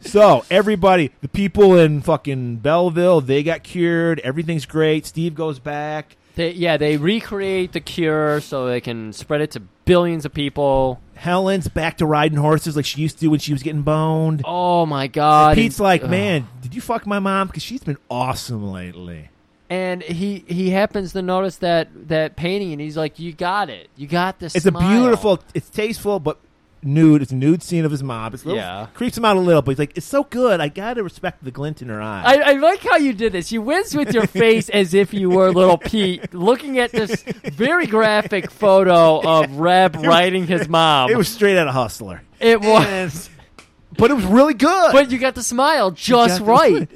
[SPEAKER 2] so everybody, the people in fucking Belleville, they got cured. Everything's great. Steve goes back.
[SPEAKER 1] they, yeah, they recreate the cure so they can spread it to billions of people.
[SPEAKER 2] Helen's back to riding horses like she used to when she was getting boned.
[SPEAKER 1] Oh my god.
[SPEAKER 2] Pete's
[SPEAKER 1] And-
[SPEAKER 2] like,
[SPEAKER 1] ugh.
[SPEAKER 2] man, did you fuck my mom? Because she's been awesome lately.
[SPEAKER 1] And he he happens to notice that that painting and he's like, "You got it. You got this."
[SPEAKER 2] It's a beautiful, it's tasteful, but nude. It's a nude scene of his mom. It's a little,
[SPEAKER 1] Yeah.
[SPEAKER 2] creeps him out a little, but he's like, it's so good. I gotta respect the glint in her eye.
[SPEAKER 1] I, I like how you did this. You winced with your face as if you were little Pete looking at this very graphic photo of Reb riding his mom.
[SPEAKER 2] it was straight out of Hustler.
[SPEAKER 1] It was.
[SPEAKER 2] And- but it was really good.
[SPEAKER 1] but you got the smile just
[SPEAKER 2] Just-
[SPEAKER 1] right.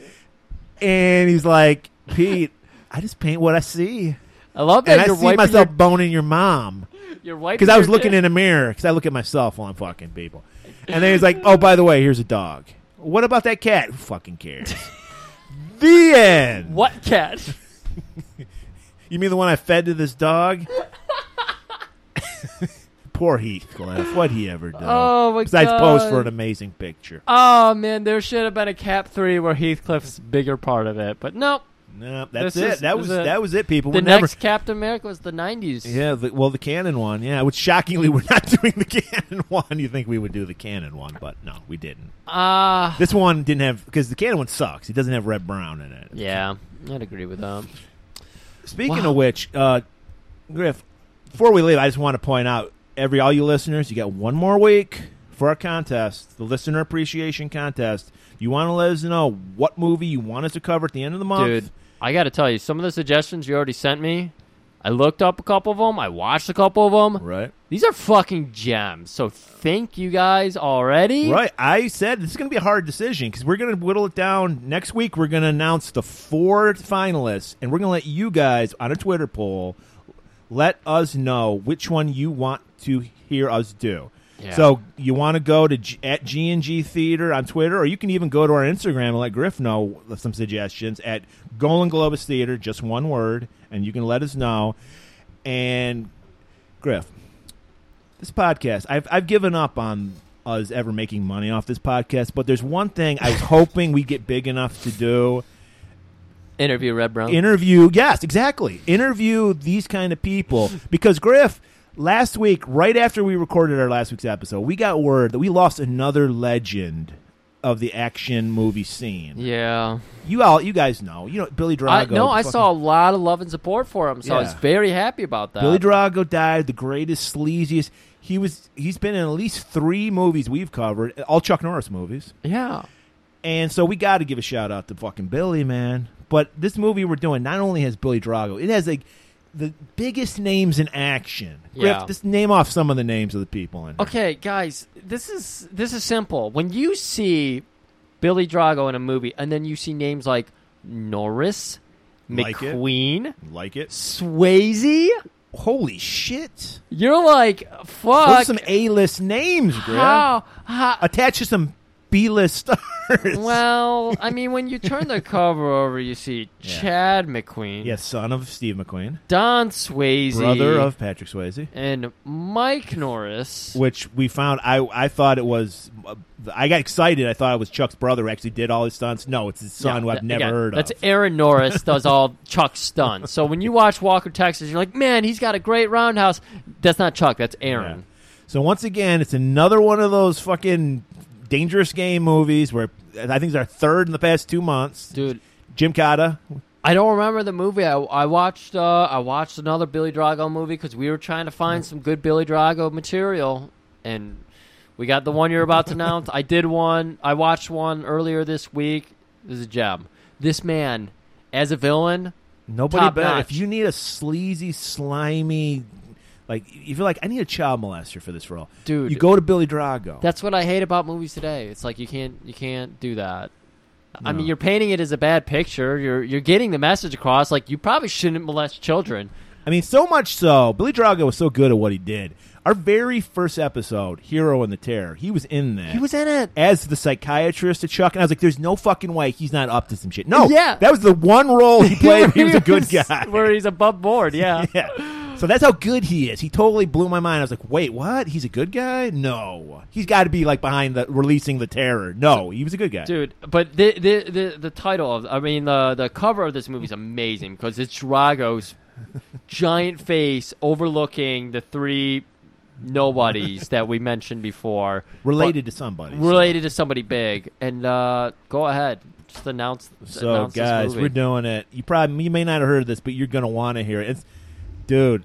[SPEAKER 2] And he's like, Pete, I just paint what I see,
[SPEAKER 1] I love that
[SPEAKER 2] and I
[SPEAKER 1] you're
[SPEAKER 2] see
[SPEAKER 1] wiping
[SPEAKER 2] myself boning your mom
[SPEAKER 1] your, you're wiping
[SPEAKER 2] because I was
[SPEAKER 1] your-
[SPEAKER 2] looking in a mirror because I look at myself while I'm fucking people. And then he's like, Oh, by the way, here's a dog. What about that cat? Who fucking cares? the end.
[SPEAKER 1] what cat?
[SPEAKER 2] You mean the one I fed to this dog? Poor Heathcliff. What he ever done?
[SPEAKER 1] Oh, my
[SPEAKER 2] Besides
[SPEAKER 1] God.
[SPEAKER 2] pose for an amazing picture.
[SPEAKER 1] Oh man, there should have been a Cap three where Heathcliff's bigger part of it, but no.
[SPEAKER 2] No,
[SPEAKER 1] This
[SPEAKER 2] that's it.
[SPEAKER 1] is-
[SPEAKER 2] that was
[SPEAKER 1] the-
[SPEAKER 2] that was it. People.
[SPEAKER 1] The
[SPEAKER 2] We're never,
[SPEAKER 1] next Captain America was the '90s.
[SPEAKER 2] Yeah, the, well, the canon one. Yeah, which shockingly we're not doing the canon one. You think we would do the canon one, but no, we didn't.
[SPEAKER 1] Ah,
[SPEAKER 2] This one didn't have because the canon one sucks. It doesn't have Red Brown in it.
[SPEAKER 1] yeah, I'd agree with that.
[SPEAKER 2] Speaking
[SPEAKER 1] Wow.
[SPEAKER 2] of which, uh, Griff, before we leave, I just want to point out every all you listeners, you got one more week for our contest, the listener appreciation contest. You want to let us know what movie you want us to cover at the end of the month.
[SPEAKER 1] Dude, I got to tell you, some of the suggestions you already sent me, I looked up a couple of them, I watched a couple of them.
[SPEAKER 2] Right.
[SPEAKER 1] These are fucking gems. So thank you guys already.
[SPEAKER 2] Right. I said this is going to be a hard decision because we're going to whittle it down. Next week, we're going to announce the four finalists, and we're going to let you guys on a Twitter poll let us know which one you want to hear us do.
[SPEAKER 1] Yeah.
[SPEAKER 2] So you want to go to G- at G and G Theater on Twitter, or you can even go to our Instagram and let Griff know some suggestions at Golan Globus Theater, just one word, and you can let us know. And Griff, this podcast, I've I've given up on us ever making money off this podcast, but there's one thing I was hoping we get big enough to do
[SPEAKER 1] Interview Red Brown.
[SPEAKER 2] interview yes exactly interview these kind of people because griff last week right after we recorded our last week's episode we got word that we lost another legend of the action movie scene
[SPEAKER 1] yeah.
[SPEAKER 2] you all you guys know you know billy drago
[SPEAKER 1] I, no, I
[SPEAKER 2] fucking-
[SPEAKER 1] saw a lot of love and support for him, so I was
[SPEAKER 2] Yeah.
[SPEAKER 1] very happy about that.
[SPEAKER 2] billy drago died the greatest sleaziest he was he's been in at least three movies we've covered all chuck norris movies
[SPEAKER 1] yeah.
[SPEAKER 2] And so we got to give a shout out to fucking Billy, man. But this movie we're doing not only has Billy Drago, it has like the biggest names in action. Griff,
[SPEAKER 1] Yeah.
[SPEAKER 2] just name off some of the names of the people in. it.
[SPEAKER 1] Okay, guys, this is this is simple. When you see Billy Drago in a movie, and then you see names like Norris,
[SPEAKER 2] Like it.
[SPEAKER 1] McQueen,
[SPEAKER 2] Like it?
[SPEAKER 1] Swayze,
[SPEAKER 2] Holy shit!
[SPEAKER 1] you're like,
[SPEAKER 2] Those are
[SPEAKER 1] fuck.
[SPEAKER 2] some A-list names, Griff.
[SPEAKER 1] how, how-
[SPEAKER 2] Attached to some B-list stars.
[SPEAKER 1] well, I mean, when you turn the cover over, you see
[SPEAKER 2] Yeah.
[SPEAKER 1] Chad McQueen,
[SPEAKER 2] yes, son of Steve McQueen,
[SPEAKER 1] Don Swayze,
[SPEAKER 2] brother of Patrick Swayze.
[SPEAKER 1] and Mike Norris.
[SPEAKER 2] Which we found, I I thought it was, uh, I got excited. I thought it was Chuck's brother who actually did all his stunts. No, it's his son who
[SPEAKER 1] Yeah,
[SPEAKER 2] I've
[SPEAKER 1] that-
[SPEAKER 2] never
[SPEAKER 1] again,
[SPEAKER 2] heard
[SPEAKER 1] That's
[SPEAKER 2] of.
[SPEAKER 1] Aaron Norris does all Chuck stunts. So when you watch Walker Texas, you're like, man, he's got a great roundhouse. That's not Chuck. That's
[SPEAKER 2] Yeah.
[SPEAKER 1] Aaron.
[SPEAKER 2] So once again, it's another one of those fucking dangerous game movies where I think it's our third in the past two months.
[SPEAKER 1] Dude,
[SPEAKER 2] Jim Cotta.
[SPEAKER 1] I don't remember the movie. I, I watched uh, I watched another Billy Drago movie because we were trying to find some good Billy Drago material, and we got the one you're about to announce. I did one. I watched one earlier this week. This is a gem. This man, as a villain,
[SPEAKER 2] Nobody
[SPEAKER 1] Top
[SPEAKER 2] better.
[SPEAKER 1] notch.
[SPEAKER 2] If you need a sleazy, slimy, like you feel like I need a child molester for this role,
[SPEAKER 1] Dude.
[SPEAKER 2] you go to Billy Drago.
[SPEAKER 1] That's what I hate about movies today. It's like you can't you can't do that. I mean, you're painting it as a bad picture. You're you're getting the message across like you probably shouldn't molest children.
[SPEAKER 2] I mean, so much so Billy Drago was so good at what he did. Our very first episode, Hero and the Terror, he was in that.
[SPEAKER 1] He was in it.
[SPEAKER 2] as the psychiatrist to Chuck, and I was like, "There's no fucking way he's not up to some shit." No,
[SPEAKER 1] Yeah.
[SPEAKER 2] that was the one role he played. he was a good guy.
[SPEAKER 1] Where he's above board, yeah.
[SPEAKER 2] yeah. So that's how good he is. He totally blew my mind. I was like, "Wait, what? He's a good guy? No, he's got to be like behind the releasing the terror." No, he was a good guy.
[SPEAKER 1] Dude, but the, the the the title of I mean the the cover of this movie is amazing because it's Drago's giant face overlooking the three nobodies that we mentioned before.
[SPEAKER 2] related to somebody. so-
[SPEAKER 1] related to somebody big. And uh, go ahead, just announce.
[SPEAKER 2] So
[SPEAKER 1] announce this
[SPEAKER 2] guys,
[SPEAKER 1] movie.
[SPEAKER 2] we're doing it. You probably you may not have heard of this, but you're gonna want to hear it. It's, dude,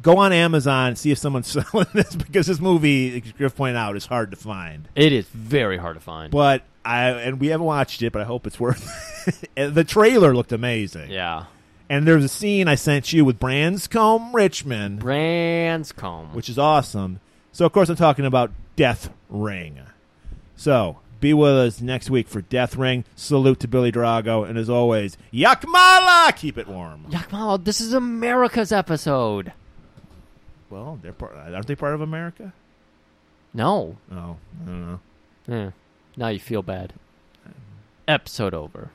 [SPEAKER 2] go on Amazon and see if someone's selling this because this movie, as Griff pointed out, is hard to find.
[SPEAKER 1] It is very hard to find.
[SPEAKER 2] But I and we haven't watched it, but I hope it's worth. it. the trailer looked amazing.
[SPEAKER 1] yeah,
[SPEAKER 2] And there's a scene I sent you with Branscombe Richmond,
[SPEAKER 1] Branscombe.
[SPEAKER 2] which is awesome. So of course I'm talking about Death Ring. So be with us next week for Death Ring. Salute to Billy Drago, and as always, Yakmala, keep it warm.
[SPEAKER 1] Yakmalo, this is America's episode.
[SPEAKER 2] Well, they're part, aren't they part of America?
[SPEAKER 1] No,
[SPEAKER 2] Oh, I don't know.
[SPEAKER 1] Eh, now you feel bad. Episode over.